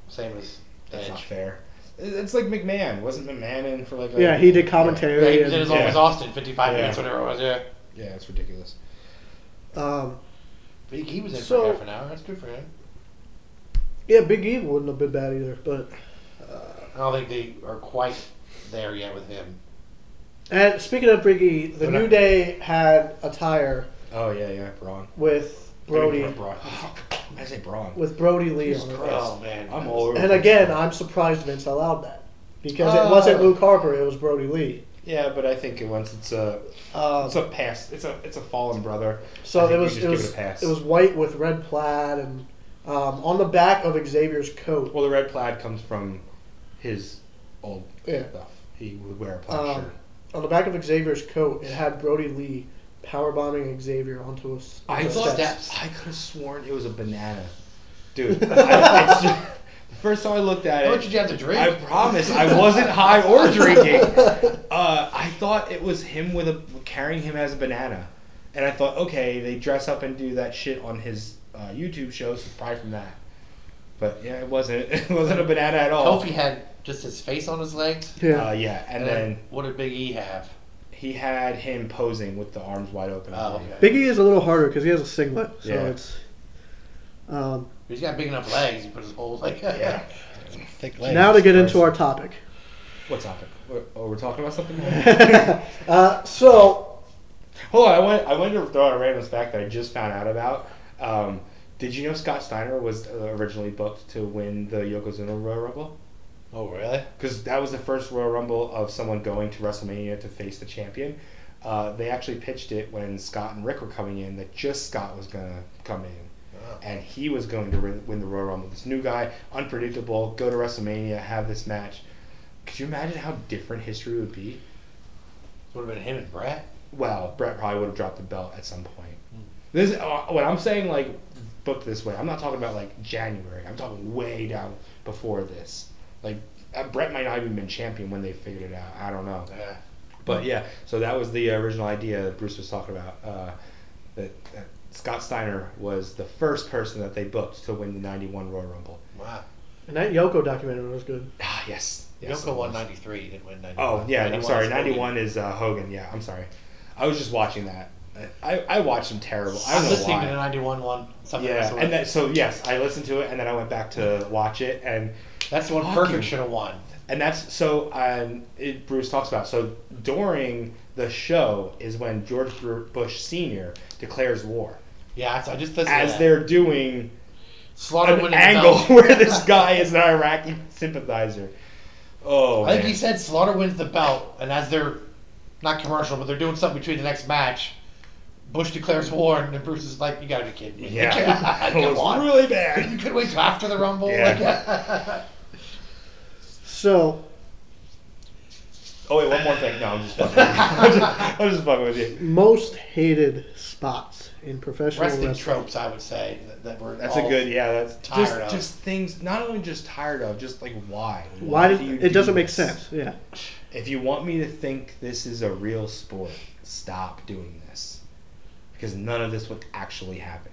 same as
That's not
Edge.
fair. It- It's like McMahon. Wasn't McMahon in for like a.
Yeah, he did
Yeah, he
commentary.
was in as
and,
long
Yeah.
as Austin, 55
Yeah.
minutes, whatever it was. Yeah,
Yeah, it's ridiculous.
um,
but he, he was in
So-
for half an hour. That's good for him.
yeah, Big E wouldn't have been bad either. But
I don't think they are quite there yet with him.
and speaking of Big E, the
But
New
I-
Day had a tire
Oh yeah, yeah, Braun.
with
I
Brody
mean, Braun. I say Braun.
with Brody Lee
Jesus
on it.
Christ.
Oh man,
I'm all over.
And
the
again,
place.
I'm surprised Vince allowed that because it
Oh.
wasn't Luke Harper; it was Brody Lee.
yeah, but I think it once it's a
Um,
it's a past it's a it's a fallen brother. I
So
think
it
we
was
just
it
give
was
it a pass.
it was white with red plaid and um, on the back of Xavier's coat.
Well, the red plaid comes from his old
Yeah.
stuff. He would wear a plaid
Um,
shirt.
On the back of Xavier's coat, it had Brody Lee powerbombing Xavier onto us.
I
the
thought
steps.
I could have sworn it was a banana, dude. I, it's just- the first time I looked at
How
it,
much did you have to drink?
I promise I wasn't high or drinking. Uh, I thought it was him with a carrying him as a banana, and I thought, okay, they dress up and do that shit on his uh, YouTube show, so it's probably from that. But yeah, it wasn't. It wasn't a banana at all.
Kofi had just his face on his legs.
Yeah.
Uh, yeah, and then
what did Big E have?
he had him posing with the arms wide open.
Oh, okay.
Biggie is a little harder because he has a singlet, so
Yeah.
it's. Um,
He's got big enough legs. He put his whole leg.
Yeah.
Thick
now to get into our topic.
What's happening? Oh, we're talking about something.
uh, so
Hold on, I want I wanted to throw out a random fact that I just found out about. Um, did you know Scott Steiner was uh, originally booked to win the Yokozuna Royal Rumble?
Oh really?
Because that was the first Royal Rumble of someone going to WrestleMania to face the champion. Uh, they actually pitched it when Scott and Rick were coming in that just Scott was gonna come in,
Oh.
and he was going to win win the Royal Rumble. This new guy, unpredictable, go to WrestleMania, have this match. Could you imagine how different history would be?
Would have been him and Brett.
Well, Brett probably would have dropped the belt at some point. This uh, what I'm saying, like booked this way. I'm not talking about like January. I'm talking way down before this. Like uh, Brett might not even been champion when they figured it out. I don't know.
Yeah.
But yeah, so that was the original idea that Bruce was talking about. Uh, that, that Scott Steiner was the first person that they booked to win the '91 Royal Rumble.
Wow.
And that Yoko documentary was good.
Ah, yes. yes
Yoko won 93. He didn't win 91.
Oh yeah, I'm
91
sorry.
is Hogan.
'91 is uh, Hogan. Yeah, I'm sorry. I was just watching that. I, I watched some terrible. I
I'm
don't know
listening
why.
to the 91 one. Something
Yeah,
yeah,
and that, so yes, I listened to it, and then I went back to watch it, and
that's the one
Fucking-
Perfect should have won.
and that's so um, it, Bruce talks about. So during the show is when George Bru- Bush Senior declares war,
Yeah, I I just listened
as
to that.
they're doing
Slaughter
an
winning the
angle
belt.
where this guy is an Iraqi sympathizer. Oh,
I think
man.
he said Slaughter wins the belt, and as they're not commercial, but they're doing something between the next match, Bush declares war, and then Bruce is like, "You gotta be kidding me!"
yeah, it
Like, come
was
on.
really
You
bad.
could wait till after the Rumble.
Yeah.
So
Oh wait, one more thing. No, I'm just fucking. I'm just, I'm just fucking with you.
most hated spots in
Like,
professional
wrestling
wrestling.
tropes, I would say that, that were.
That's
all-
a good, yeah. That's Oh,
tired
just,
of.
just things. Not only just tired of, just like why?
Why did
do you
it
do
doesn't make
this?
sense? Yeah.
If you want me to think this is a real sport, stop doing this, because none of this would actually happen.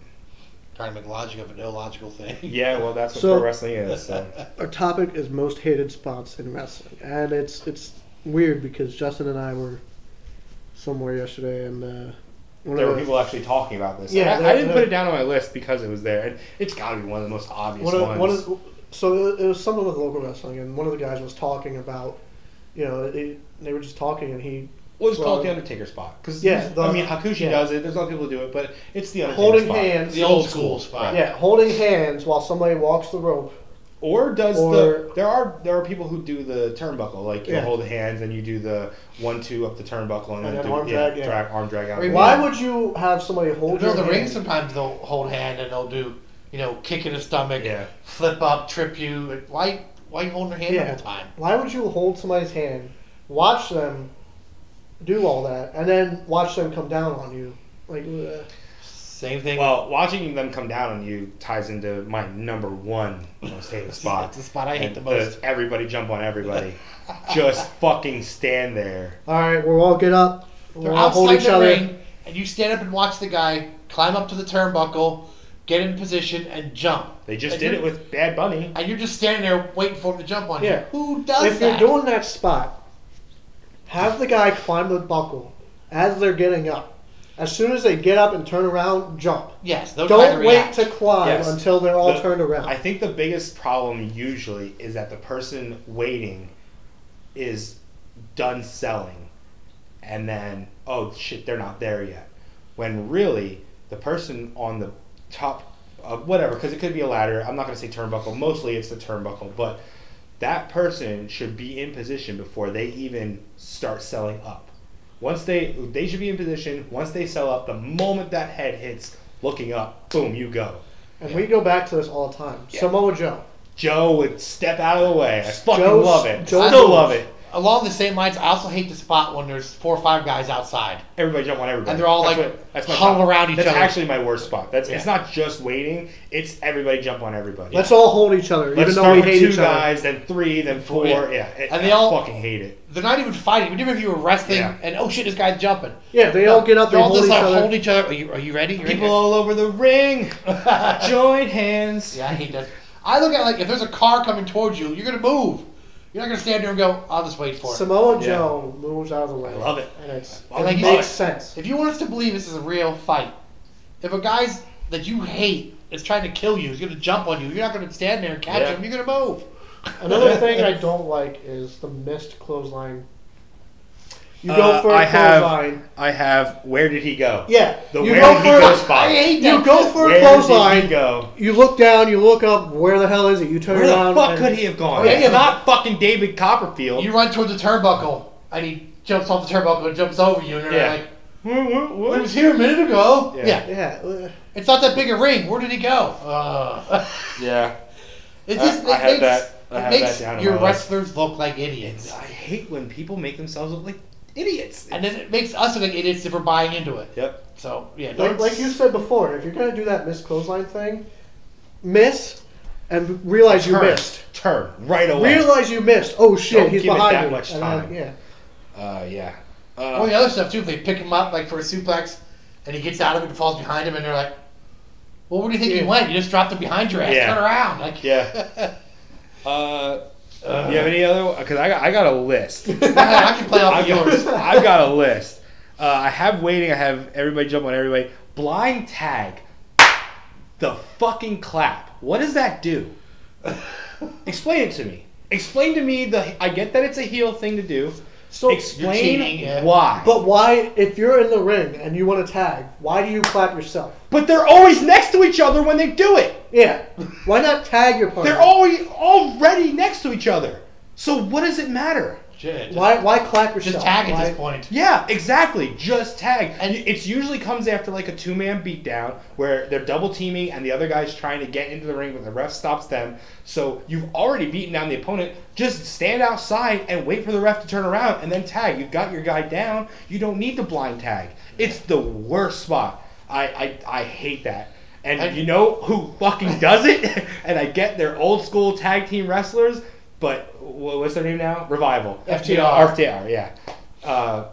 Trying to make logic of an illogical thing.
Yeah, well, that's what
So-
pro wrestling is. So.
Our topic is most hated spots in wrestling, and it's it's weird because Justin and I were somewhere yesterday, and uh, one
There
of
were
the-
people actually talking about this.
Yeah,
Yeah, I,
there-
I didn't
there-
put it down on my list because it was there, and it's got to be one of the most obvious
one of,
ones.
one of, so it was something with local wrestling, and one of the guys was talking about, you know, it, they were just talking, and he
we'll just call
well,
it the Undertaker spot because
yeah,
yeah,
the-
I mean Hakushi
yeah.
does it. There's other people who do it, but it's the Undertaker
holding
spot.
hands,
the old school spot.
yeah, holding hands while somebody walks the rope.
Or does
Or-
the there are there are people who do the turnbuckle like you
Yeah.
hold hands and you do the one two up the turnbuckle
And
and, then,
then
do,
arm
yeah,
drag, yeah.
drag- arm drag out.
Wait,
Why
Yeah.
would you have somebody
You
hold
know,
your
the ring
hand?
sometimes they'll hold hand and they'll do, you know, kick in the stomach,
Yeah.
flip up, trip you. and Why? Why you holding your hand the
Yeah.
whole time?
Why would you hold somebody's hand, watch them do all that, and then watch them come down on you? Like, uh,
Same thing.
Well, watching them come down on you ties into my number one most hated spot.
It's the spot I hate
And
the most.
everybody jump on everybody. Just fucking stand there.
all right, we'll all get up.
They're
We'll all hold
outside
each
the
other.
ring, and you stand up and watch the guy climb up to the turnbuckle, get in position, and jump.
They just
And
did
you're-
it with Bad Bunny.
And you're just standing there waiting for him to jump on
Yeah.
you. Who does
If you're
that?
doing that spot, have the guy climb the buckle as they're getting up. As soon as they get up and turn around, jump.
yes, no time
Don't
to
wait
react.
to climb
Yes.
until they're all
The-
turned around.
I think the biggest problem usually is that the person waiting is done selling, and then oh shit, they're not there yet. When really the person on the top of whatever, because it could be a ladder. I'm not going to say turnbuckle. Mostly it's the turnbuckle, but that person should be in position before they even start selling up. Once they they should be in position. Once they sell up, the moment that head hits looking up, boom, you go.
and we go back to this all the time.
Yeah.
Samoa Joe.
Joe would step out of the way. I fucking
Joe's-
love it.
Joe's-
Still love it.
Along the same lines, I also hate the spot when there's four or five guys outside.
Everybody jump on everybody.
And they're all, like,
what- that's my
huddled
top-
around each
that's
other.
actually my worst spot. That's it's
Yeah.
not just waiting. It's everybody jump on everybody.
Let's all hold each other,
Let's
even though
start
we
with
hate
two
each other.
guys, then three, then four.
Yeah.
Yeah,
And
and
they
they
all-
fucking hate it.
They're not even fighting. Even if you were wrestling
Yeah.
and oh shit, this guy's jumping.
Yeah, they all get up, they
They're all
hold
just
each
like
other.
hold each other. Are you, are you ready? You're
People all over the ring, join hands.
Yeah, I hate that. I look at it like if there's a car coming towards you, you're gonna move. You're not gonna stand there and go, I'll just wait for it.
Samoa
Yeah.
Joe moves out of the way.
I love it.
And it's,
I
it
like
makes
it.
sense.
if you want us to believe this is a real fight, if a guy's that you hate is trying to kill you, is gonna jump on you, you're not gonna stand there and catch
Yeah.
him. You're gonna move.
Another thing I don't like is the missed clothesline. You
Uh,
go for a
I have-
clothesline.
I have. Where did he go?
Yeah.
The
you
where
go
did he
for
go
a-
spot.
I hate that.
You go for
where
a
did he
clothesline.
go?
You look down. You look up. Where the hell is it? You Oh, turn
Where the
around.
fuck
and-
could he have gone?
Yeah, yeah.
It's not fucking David Copperfield.
You run towards the turnbuckle and he jumps off the turnbuckle and jumps over you and you're
Yeah.
like,
What- what-
He
what?
was here a minute ago. Yeah.
Yeah.
Yeah. uh,
It's not that big a ring. Where did he go? Uh,
Yeah.
it
I-
just,
I
it
had
makes-
that. I
It
have
makes
that down in
your
my list.
wrestlers look like idiots.
I hate when people make themselves look like idiots.
And then it makes us look like idiots if we're buying into it.
Yep.
So, yeah.
Like,
don't-
like you said before, if you're gonna do that miss clothesline thing, miss and realize you
Turn.
missed.
Turn right away.
Realize you missed. Oh shit,
Don't
he's
give it
behind
that
me.
much
And then-
time.
yeah.
uh, yeah.
Well,
Uh,
the other stuff too, if they pick him up like for a suplex, and he gets out of it and falls behind him, and they're like, "Well, where do you think
Yeah.
you went? You just dropped him behind your ass.
Yeah.
Turn around!" Like,
Yeah. Uh, you have any other? Because I got, I got a list.
I can play off
I've
of yours.
got, I've got a list. Uh, I have waiting. I have everybody jump on everybody. Blind tag. The fucking clap. What does that do? Explain it to me. Explain to me the. I get that it's a heel thing to do.
So,
Explain
cheating, yeah.
why. But,
but why, if you're in the ring and you want to tag, why do you clap yourself?
but they're always next to each other when they do it.
Yeah. Why not tag your partner?
They're always already next to each other. So what does it matter?
Shit, just,
why? Why clap yourself?
just tag at
Why-
this point.
Yeah, exactly. Just tag. And
And-
it usually comes after like a two man beatdown where they're double teaming and the other guy's trying to get into the ring, but the ref stops them. So you've already beaten down the opponent. Just stand outside and wait for the ref to turn around and then tag. You've got your guy down. You don't need the blind tag. It's the worst spot. I, I, I hate that. And,
And-
you know who fucking does it? and I get they're old school tag team wrestlers, but wh- what's their name now? Revival.
FTR.
FTR, yeah. Uh,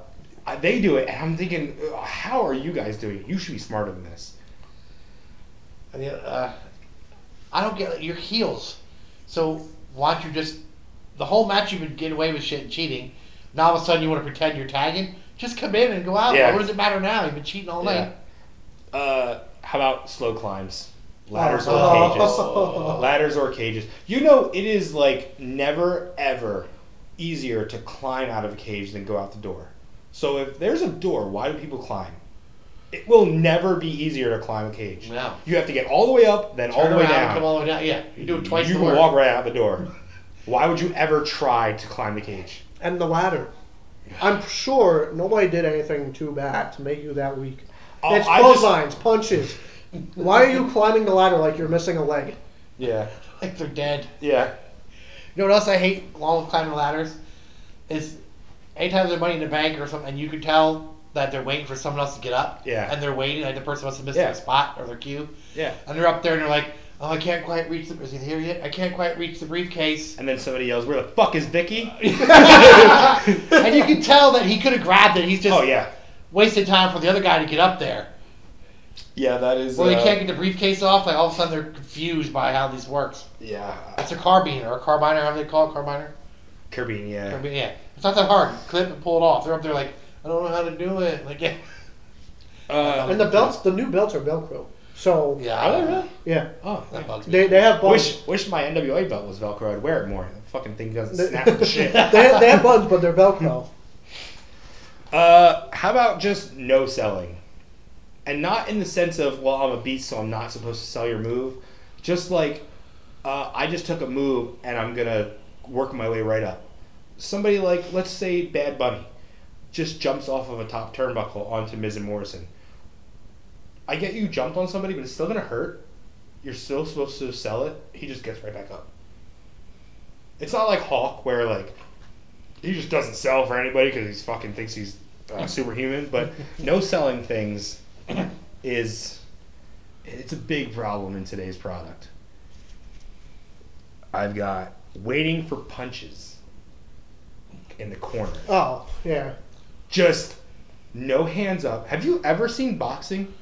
they do it, and I'm thinking, "Ugh, how are you guys doing? it? You should be smarter than this.
And the, uh, I don't get your heels. So why don't you just the whole match you've been getting away with shit and cheating. Now all of a sudden you want to pretend you're tagging. Just come in and go out.
Yeah.
What does it matter now? You've been cheating all night.
Uh, how about slow climbs, ladders
Oh.
or cages? Ladders or cages. You know, it is like never ever easier to climb out of a cage than go out the door. So if there's a door, why do people climb? It will never be easier to climb a cage.
No.
You have to get all the way up, then all
Turn
the way
around and
down.
Come all the way down. Yeah, you do it twice.
you
the
can
work.
walk right out the door. Why would you ever try to climb the cage?
And the ladder. I'm sure nobody did anything too bad to make you that weak.
Oh,
it's
I just-
clotheslines, punches. Why are you climbing the ladder like you're missing a leg?
Yeah.
Like they're dead.
Yeah.
You know what else I hate along with climbing ladders? Is anytime there's money in the bank or something, and you can tell that they're waiting for someone else to get up.
Yeah.
And they're waiting, like the person must have missed
Yeah.
their spot or their cue.
Yeah.
And they're up there and they're like, oh, I can't quite reach the, is he here yet? I can't quite reach the briefcase.
And then somebody yells, "Where the fuck is Vicky?"
and you can tell that he could have grabbed it. He's just
oh yeah,
wasted time for the other guy to get up there.
yeah, that is.
Well, they
uh,
can't get the briefcase off. Like all of a sudden, they're confused by how this works.
yeah,
It's a carbine or a carbiner, however they call it, carbiner.
Kerbin,
I
yeah.
mean, yeah, it's not that hard. Clip and pull it off. They're up there like, I don't know how to do it. Like, yeah,
Uh,
And the belts, the new belts are Velcro. So
yeah.
are they really?
yeah,
Oh,
That bugs me.
they, they have buttons.
wish wish my NWA belt was Velcro. I'd wear it more. That fucking thing doesn't
The-
snap to shit.
They, they have buttons, but they're Velcro.
Uh, how about just no selling, and not in the sense of well, I'm a beast, so I'm not supposed to sell your move. Just like uh, I just took a move and I'm gonna work my way right up. Somebody like let's say Bad Bunny just jumps off of a top turnbuckle onto Miz and Morrison. I get you jumped on somebody, but it's still gonna hurt. You're still supposed to sell it. He just gets right back up. It's not like Hawk where like he just doesn't sell for anybody because he's fucking thinks he's uh, superhuman. But no selling things is it's a big problem in today's product. I've got waiting for punches in the corner.
Oh yeah.
Just no hands up. Have you ever seen boxing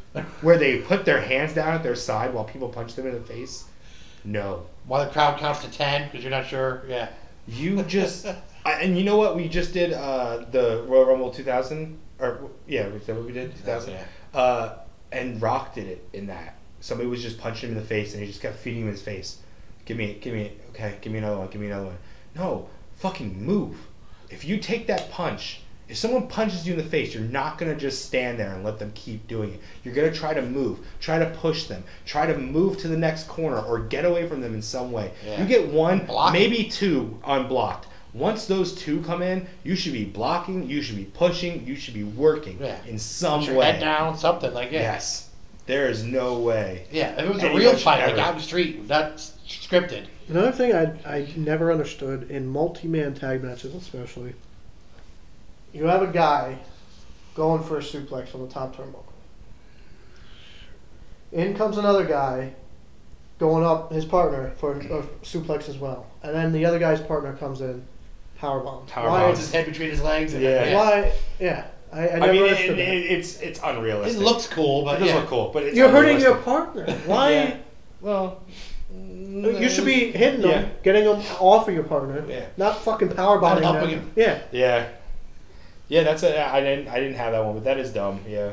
where they put their hands down at their side while people punch them in the face? No.
While the crowd counts to ten, because you're not sure. Yeah.
You just I, and you know what we just did uh, the Royal Rumble 2000 or yeah was that what we did 2000 uh, and Rock did it in that somebody was just punching him in the face and he just kept feeding him his face give me give me okay give me another one give me another one no fucking move if you take that punch if someone punches you in the face you're not gonna just stand there and let them keep doing it you're gonna try to move try to push them try to move to the next corner or get away from them in some way
Yeah.
you get one
Block.
maybe two unblocked once those two come in, you should be blocking, you should be pushing, you should be working
Yeah.
in some
Put your
way.
head down, something like yeah.
Yes. There is no way.
Yeah. If it was
Any
a real
match
fight,
ever.
like out in the street, that s- scripted.
Another thing I, I never understood in multi man tag matches, especially, you have a guy going for a suplex on the top turnbuckle. In comes another guy going up his partner for a suplex as well. And then the other guy's partner comes in, power bomb.
Power
why,
bomb.
Puts his head between his legs. And
Yeah.
Why? Yeah. I, I
I,
never
mean, it,
understood
it-
that.
it's it's
It
unrealistic.
looks cool,
it
but
does
yeah.
look cool, but it's
You're hurting your
unrealistic.
partner. Why?
Yeah.
Well,
You should be hitting them,
Yeah.
getting them off of your partner,
Yeah.
not fucking power bombing
Not
them.
upping him.
Yeah,
Yeah, yeah. That's it. I didn't. I didn't have that one, but that is dumb. Yeah.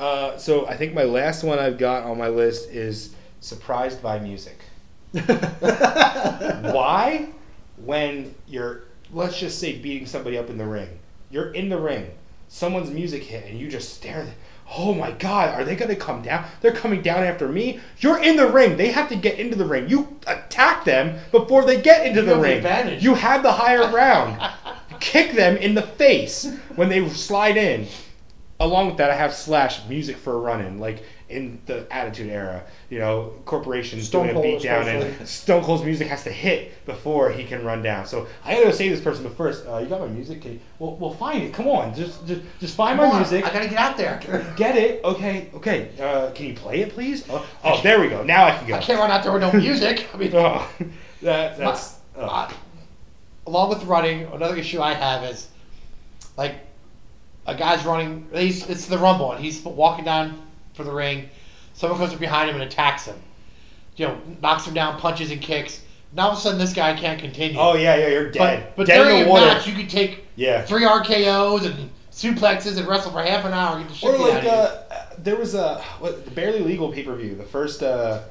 Uh, so I think my last one I've got on my list is surprised by music. Why? When you're, let's just say, beating somebody up in the ring. You're in the ring. Someone's music hit, and you just stare. at- Oh my God! Are they gonna come down? They're coming down after me. You're in the ring. They have to get into the ring. You attack them before they get into
You
the
have the
ring.
advantage.
you have the higher round. Kick them in the face when they slide in along with that, I have slash music for a run in, like in the Attitude Era. You know, corporations
Stone
doing a
Cold
beat down,
especially.
and Stone Cold's music has to hit before he can run down. So I gotta go save this person, but first, uh, you got my music? Can you, we'll, we'll find it. Come on, just just, just find
Come
my
on,
music.
I gotta get out there.
Get it? Okay, okay. Uh, can you play it, please? Oh, oh, there we go. Now I can go.
I can't run out there with no music. I mean,
Oh, that, that's.
My-
oh.
I- along with running, another issue I have is like a guy's running. He's it's the rumble, and he's walking down for the ring. Someone comes up behind him and attacks him. You know, knocks him down, punches and kicks. Now all of a sudden, this guy can't continue.
oh, yeah, yeah, you're dead.
But, but
dead
during
in
a
the water.
match, you could take
yeah.
three RKO's and suplexes and wrestle for half an hour. And get the shit
or
beat out
like
of you.
uh, there was a what, the barely legal pay per view, the first uh,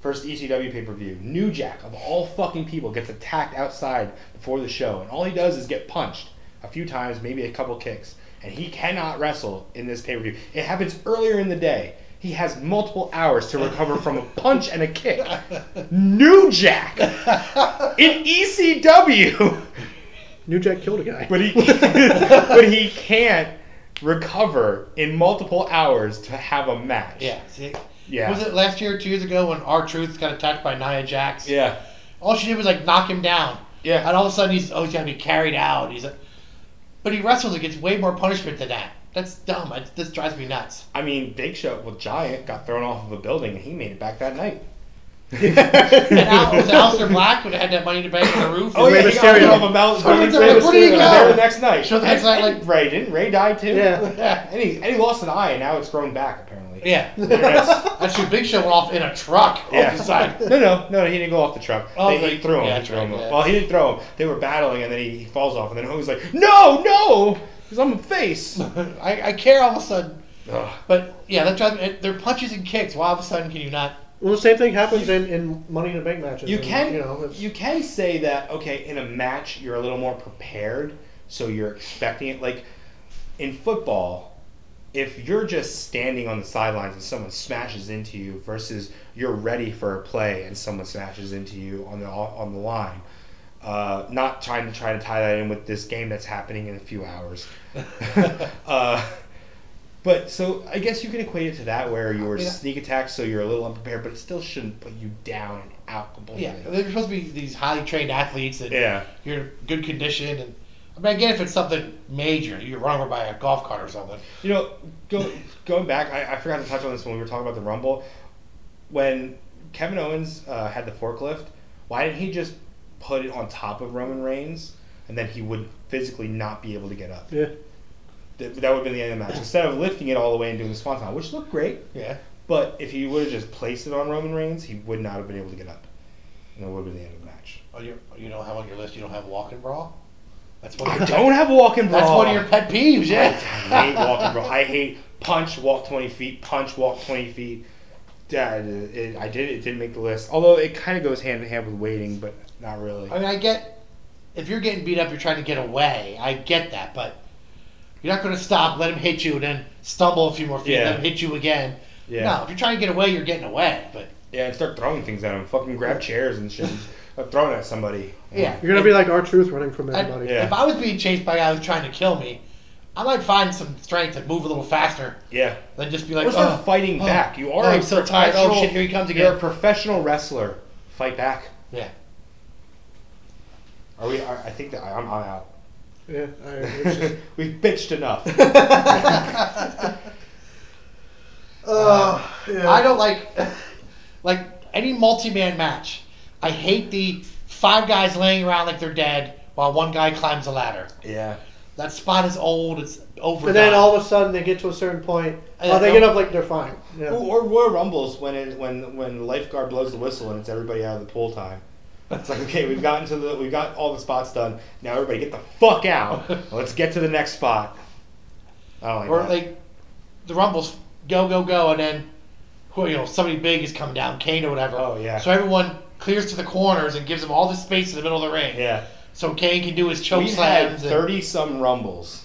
first ECW pay per view. New Jack of all fucking people gets attacked outside before the show, and all he does is get punched a few times, maybe a couple kicks, and he cannot wrestle in this pay per view. It happens earlier in the day. He has multiple hours to recover from a punch and a kick. New Jack in E ECW.
New Jack killed a guy.
But he, but he can't recover in multiple hours to have a match.
yeah, see,
Yeah.
Was it last year or two years ago when our Truth got attacked by Nia Jax?
Yeah.
All she did was like knock him down.
Yeah.
And all of a sudden he's oh he's got to be carried out. He's, a, but he wrestles and gets way more punishment than that. That's dumb. I, this drives me nuts.
I mean, Big Show, well, Giant got thrown off of a building and he made it back that night.
And Al, was it Alistair Black would have had that money to bank on the roof.
Oh, yeah,
Rey
he got
Mysterio.
thrown off a mountain.
So it's
building.
like,
Rey
where did he
Mysterio was
go?
there the next night.
So that's
And-
like-
and Ray didn't. Ray died too.
Yeah.
and he and he lost an eye and now it's grown back apparently.
Yeah.
Yes.
That's true. Big Show went off in a truck
Yeah.
off the side.
No, no, no, he didn't go off the truck.
Oh,
they,
they-
he threw him.
yeah,
he
that's
threw him.
right, yeah.
Well, he didn't throw him. They were battling, and then he, he falls off, and then Hogan's like, "No, no, because I'm a face."
I, I care all of a sudden.
Ugh.
But yeah, that drives me. They're punches and kicks. Why all of a sudden can you not?
well, the same thing happens in, in Money in the Bank matches.
You
and,
can
you
you,
know, it's,
can say that okay in a match you're a little more prepared, so you're expecting it. Like in football, if you're just standing on the sidelines and someone smashes into you versus you're ready for a play and someone smashes into you on the on the line. Uh, not trying to try to tie that in with this game that's happening in a few hours. uh, but so I guess you can equate it to that where you were
Yeah.
sneak attacked, so you're a little unprepared, but it still shouldn't put you down and out completely.
Yeah, they're supposed to be these highly trained athletes and
Yeah.
you're in good condition. And I mean, again, if it's something major, you're run over by a golf cart or something.
You know, go, going back, I, I forgot to touch on this when we were talking about the Rumble. When Kevin Owens uh, had the forklift, why didn't he just put it on top of Roman Reigns and then he would physically not be able to get up?
yeah.
That, that would have been the end of the match. Instead of lifting it all the way and doing the swanton, which looked great,
Yeah.
but if he would have just placed it on Roman Reigns, he would not have been able to get up. And it would have been the end of the match.
Oh, you you don't have on your list. You don't have walking bra. That's one.
I
Of your,
don't have walking bra.
that's one of your pet peeves.
I
Yeah.
hate walking bra. I hate punch, walk 20 feet, punch, walk 20 feet. Yeah, it, it- I did it. didn't make the list. Although it kind of goes hand in hand with waiting, but not really.
I mean, I get if you're getting beat up, you're trying to get away. I get that, but you're not going to stop. Let him hit you, and then stumble a few more feet.
Yeah.
Let him hit you again.
Yeah.
No, if you're trying to get away, you're getting away. But
Yeah, and start throwing things at him. Fucking grab chairs and shit. I'm throwing at somebody.
yeah,
You're gonna be like our truth running from
I-
everybody.
Yeah.
If I was being chased by a guy who's trying to kill me, I might find some strength and move a little faster
Yeah.
than just be like,
Or start
"Ugh,
fighting
oh,
back. You are
oh,
a
I'm so tired. Oh
professional-
shit, here he comes
You're a
again.
professional wrestler. fight back.
Yeah.
Are we? Are, I think that I, I'm, I'm out.
Yeah, I, it's just,
We've bitched enough.
uh, yeah.
I don't like like any multi-man match. I hate the five guys laying around like they're dead while one guy climbs a ladder.
yeah.
That spot is old. It's over.
But then all of a sudden they get to a certain point.
Yeah,
oh, they
no.
get up like they're fine. Yeah.
Or, or Royal Rumbles when it, when when the lifeguard blows the whistle and it's everybody out of the pool time. It's like okay, we've gotten to the we've got all the spots done. Now everybody get the fuck out. Let's get to the next spot. I don't like
or
that.
like the Rumbles go go go, and then who you know somebody big has come down, Kane or whatever.
Oh, yeah.
So everyone clears to the corners and gives them all the space in the middle of the ring.
yeah.
So Kane can do his choke
We've had
slams. and-
thirty some rumbles.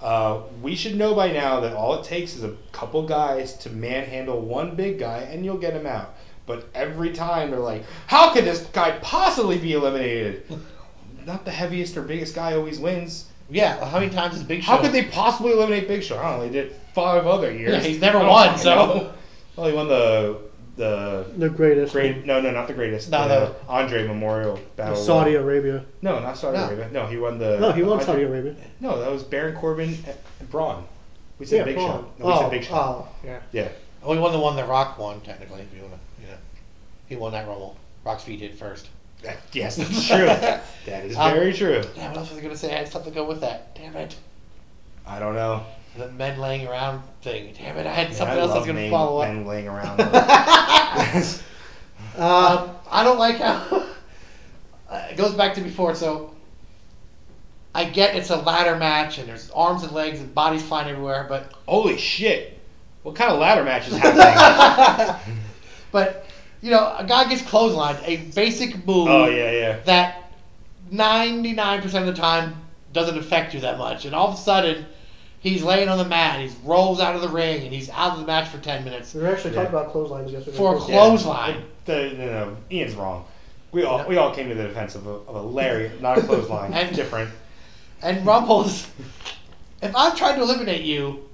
Uh, we should know by now that all it takes is a couple guys to manhandle one big guy, and you'll get him out. But every time they're like, "How could this guy possibly be eliminated?" Not the heaviest or biggest guy always wins.
yeah. well, How many times is Big Show?
How could they possibly eliminate Big Show? I don't know. They did it five other years.
Yeah, he's never
I don't
won,
fucking
so-
know. Well, he won the the
the greatest.
great. No, no, not the greatest.
No,
the
no.
Andre Memorial Battle.
Saudi Arabia.
No, not Saudi
No.
Arabia. No, he won the.
No, he won
Andre-
Saudi Arabia.
No, that was Baron Corbin and Braun. We said Big
Braun.
Show. No, we
oh,
said Big Show.
Oh, yeah.
Yeah.
Oh, he won the one that Rock won technically. If you wanna, yeah. He won that Rumble. Rock's feet did first.
That- yes, that's true. that is very true.
Damn, what else was I gonna say? I had something to go with that. Damn it.
I don't know.
The men laying around thing. Damn it, I had
Man,
something
I
else I
love
was gonna
men-
follow up.
Men laying around. Yes.
Uh,
Um, I don't like how Uh, it goes back to before. So I get it's a ladder match and there's arms and legs and bodies flying everywhere, but
Holy shit! What kind of ladder match is happening?
but you know a guy gets clotheslined, a basic move
oh yeah, yeah.
that 99% of the time doesn't affect you that much, and all of a sudden. He's laying on the mat. and He rolls out of the ring, and he's out of the match for ten minutes
we were actually
Yeah.
talking about clotheslines yesterday.
for a
too.
Yeah.
clothesline.
The, no, no, Ian's wrong. We all we all came to the defense of a, of a lariat, not a clothesline.
And-
different.
And Rumbles, if I'm trying to eliminate you,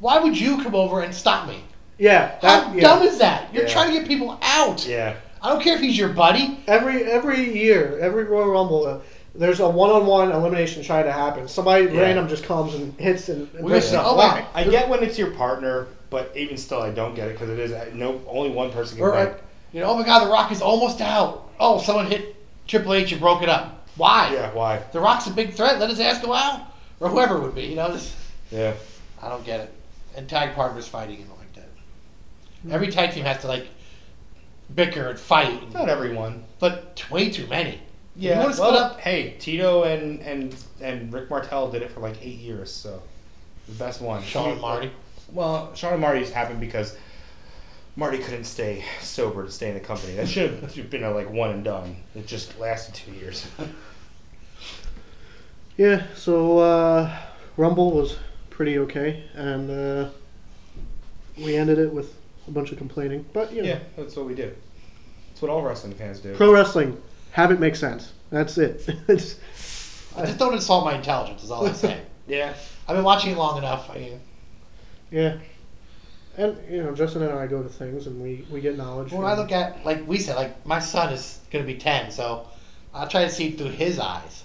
why would you come over and stop me?
Yeah.
How
That, yeah.
dumb is that? You're
Yeah.
trying to get people out.
Yeah.
I don't care if he's your buddy.
Every every year, every Royal Rumble, uh, there's a one-on-one elimination try to happen. Somebody
Yeah.
random just comes and hits and. and
We
breaks
just-
it up.
oh,
Why?
wow.
I get when it's your partner, but even still, I don't get it because it is uh, no only one person can.
Or,
break.
uh, you know, oh my God, The Rock is almost out. Oh, someone hit Triple H and broke it up. Why?
Yeah. Why?
The Rock's a big threat. Let his ass go out, or whoever it would be. You know, just,
Yeah.
I don't get it. And tag partners fighting and like that. Every tag team has to like bicker and fight,
Not
and,
everyone.
but way too many.
Yeah.
You wanna split
well,
up-
Hey, Tito and and and Rick Martel did it for like eight years, so the best one.
Sean and Marty.
Well, Sean and Marty's happened because Marty couldn't stay sober to stay in the company. That should have been a, like one and done. It just lasted two years.
Yeah, so uh, Rumble was pretty okay, and uh, we ended it with a bunch of complaining. But you know,
Yeah, that's what we do. That's what all wrestling fans do.
pro wrestling, have it make sense. That's it. it's,
Just don't insult my intelligence. Is all I'm saying.
yeah.
I've been watching it long enough. I mean,
yeah, and you know, Justin and I go to things, and we we get knowledge.
when I look at, like we said, like my son is going to be 10, so I try to see through his eyes.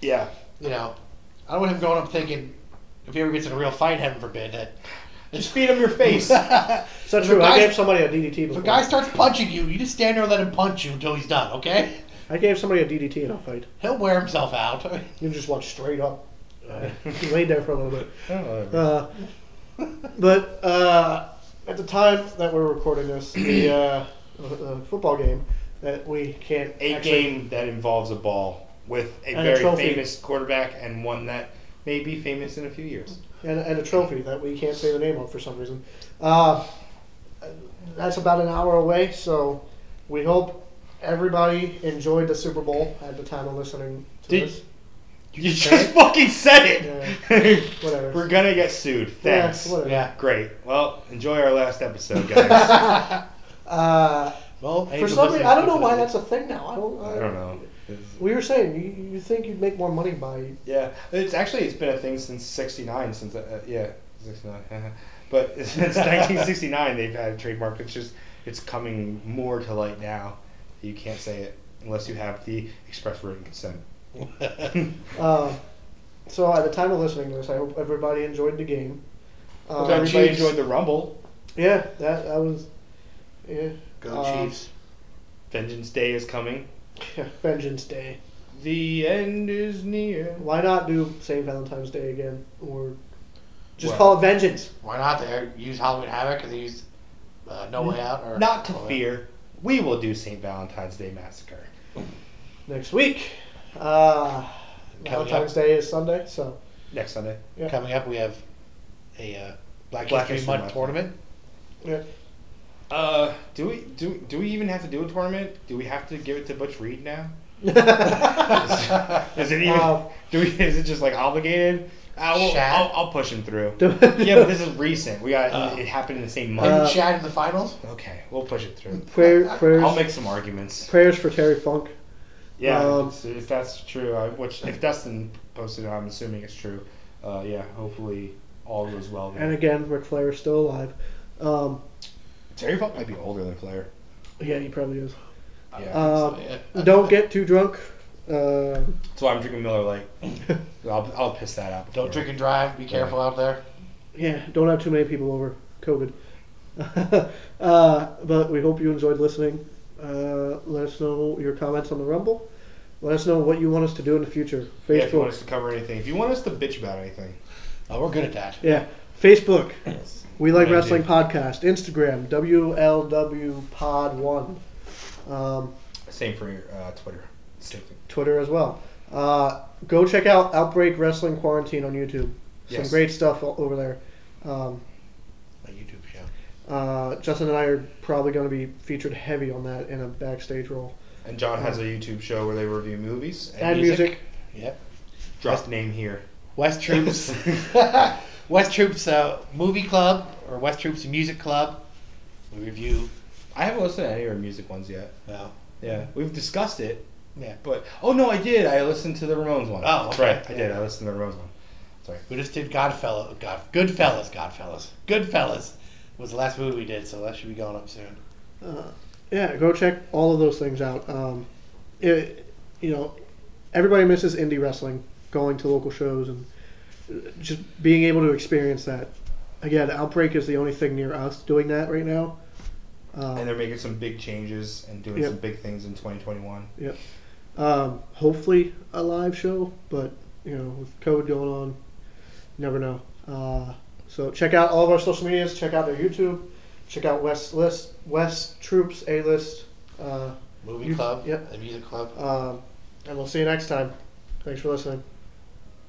Yeah.
You know, I don't want him growing up thinking if he ever gets in a real fight, heaven forbid, that
Just feed him your face.
if
so
if
true.
a
I
guy's-
gave somebody a DDT before.
a guy starts punching you, you just stand there and let him punch you until he's done, okay?
I gave somebody a DDT in a fight.
He'll wear himself out. I mean,
You just walked straight up. Uh, he laid there for a little bit.
Oh,
Uh, but uh, at the time that we're recording this, the uh, uh, football game that we can't
a
actually-
game that involves a ball with a
And a
very
trophy.
famous quarterback and one that may be famous in a few years.
and, and a trophy that we can't say the name of for some reason. Uh, that's about an hour away, so we hope everybody enjoyed the Super Bowl at the time of listening to
Did-
this.
You
just
just
said
fucking said it.
Whatever.
We're gonna get sued.
Yeah,
Thanks.
whatever.
Yeah.
Great. Well, enjoy our last episode, guys.
Uh,
Well,
for some reason, I don't know why that's a thing now. I don't.
I don't know.
We were saying you, you think you'd make more money by
Yeah, it's actually it's been a thing since '69. Since uh, yeah, '69. but since 1969, they've had a trademark. It's just it's coming more to light now. You can't say it unless you have the express written consent.
Uh, so at the time of listening to this, I hope everybody enjoyed the game. Uh,
Hope everybody
Chiefs-
enjoyed the Rumble.
Yeah, that that was. Yeah,
Go
Uh,
Chiefs.
Vengeance Day is coming.
yeah, Vengeance Day.
The end is near.
Why not do St. Valentine's Day again, or just
Well-
call it Vengeance?
Why not? They use Halloween Havoc and they use uh, No Way Out or
Not to
Oh, yeah.
fear, we will do St. Valentine's Day Massacre.
Next week. Uh,
Coming up.
Valentine's Day is Sunday, so
Next Sunday.
Yeah.
Coming up, we have a uh, Black,
Black
History,
History
Month,
Month.
tournament.
yeah.
Uh, do we do do we even have to do a tournament? Do we have to give it to Butch Reed now? Is it even?
Wow.
do we? Is it just like obligated? I will,
Shat.
I'll, I'll push him through.
Do-
yeah, but this is recent. We got
Oh.
it happened in the same
Didn't
Uh,
month.
Chad in the finals?
okay, we'll push it through.
Prayer, prayers,
I'll make some arguments.
prayers for Terry Funk.
Yeah,
Um,
if- if that's true, I, which if Dustin posted, it, I'm assuming it's true. Uh, yeah, hopefully all goes well.
And
There.
again, Ric Flair is still alive. Um,
Terry Funk might be older than Flair.
yeah, he probably is.
Yeah,
Uh,
So,
Don't get too drunk. Uh,
that's why I'm drinking Miller Lite. I'll, I'll piss that out.
Don't
before.
drink and drive. Be careful out there.
yeah, don't have too many people over COVID. uh, but we hope you enjoyed listening. Uh, let us know your comments on the Rumble. Let us know what you want us to do in the future.
Yeah, if you want
Facebook.
us to cover anything, if you want us to bitch about anything,
Oh, we're good at that.
Yeah, Facebook. We like
Yeah,
wrestling
dude.
podcast. Instagram WLW Pod One. Um,
same for uh, Twitter. Same thing.
Twitter as well. Uh, go check out Outbreak Wrestling Quarantine on YouTube. Some
Yes.
great stuff o- over there. Um,
A YouTube show.
uh, Justin and I are probably going to be featured heavy on that in a backstage role.
And John has a YouTube show where they review movies and,
And, music.
Yep.
Drop name here.
West Troops. West Troops uh, Movie Club or West Troops Music Club. We review.
I haven't listened to any of our music ones yet.
Well,
Yeah, we've discussed it,
yeah.
but oh no, I did. I listened to the Ramones one.
Oh,
that's
okay.
right. I did.
Yeah.
I listened to the Ramones one.
We just did Godfellow. God, Goodfellas. Godfellas. Goodfellas was the last movie we did, so that should be going up soon.
Uh, yeah, go check all of those things out. Um, it, you know, everybody misses indie wrestling, going to local shows and just being able to experience that. Again, Outbreak is the only thing near us doing that right now.
And
Um,
they're making some big changes and doing
Yep.
some big things in 2021.
um, hopefully a live show, but you know, with COVID going on, you never know. Uh, so check out all of our social medias. Check out their YouTube. Check out West List, West Troops A List. Uh,
Movie
You-
Club.
yep.
The Music Club.
Um, and we'll see you next time. Thanks for listening.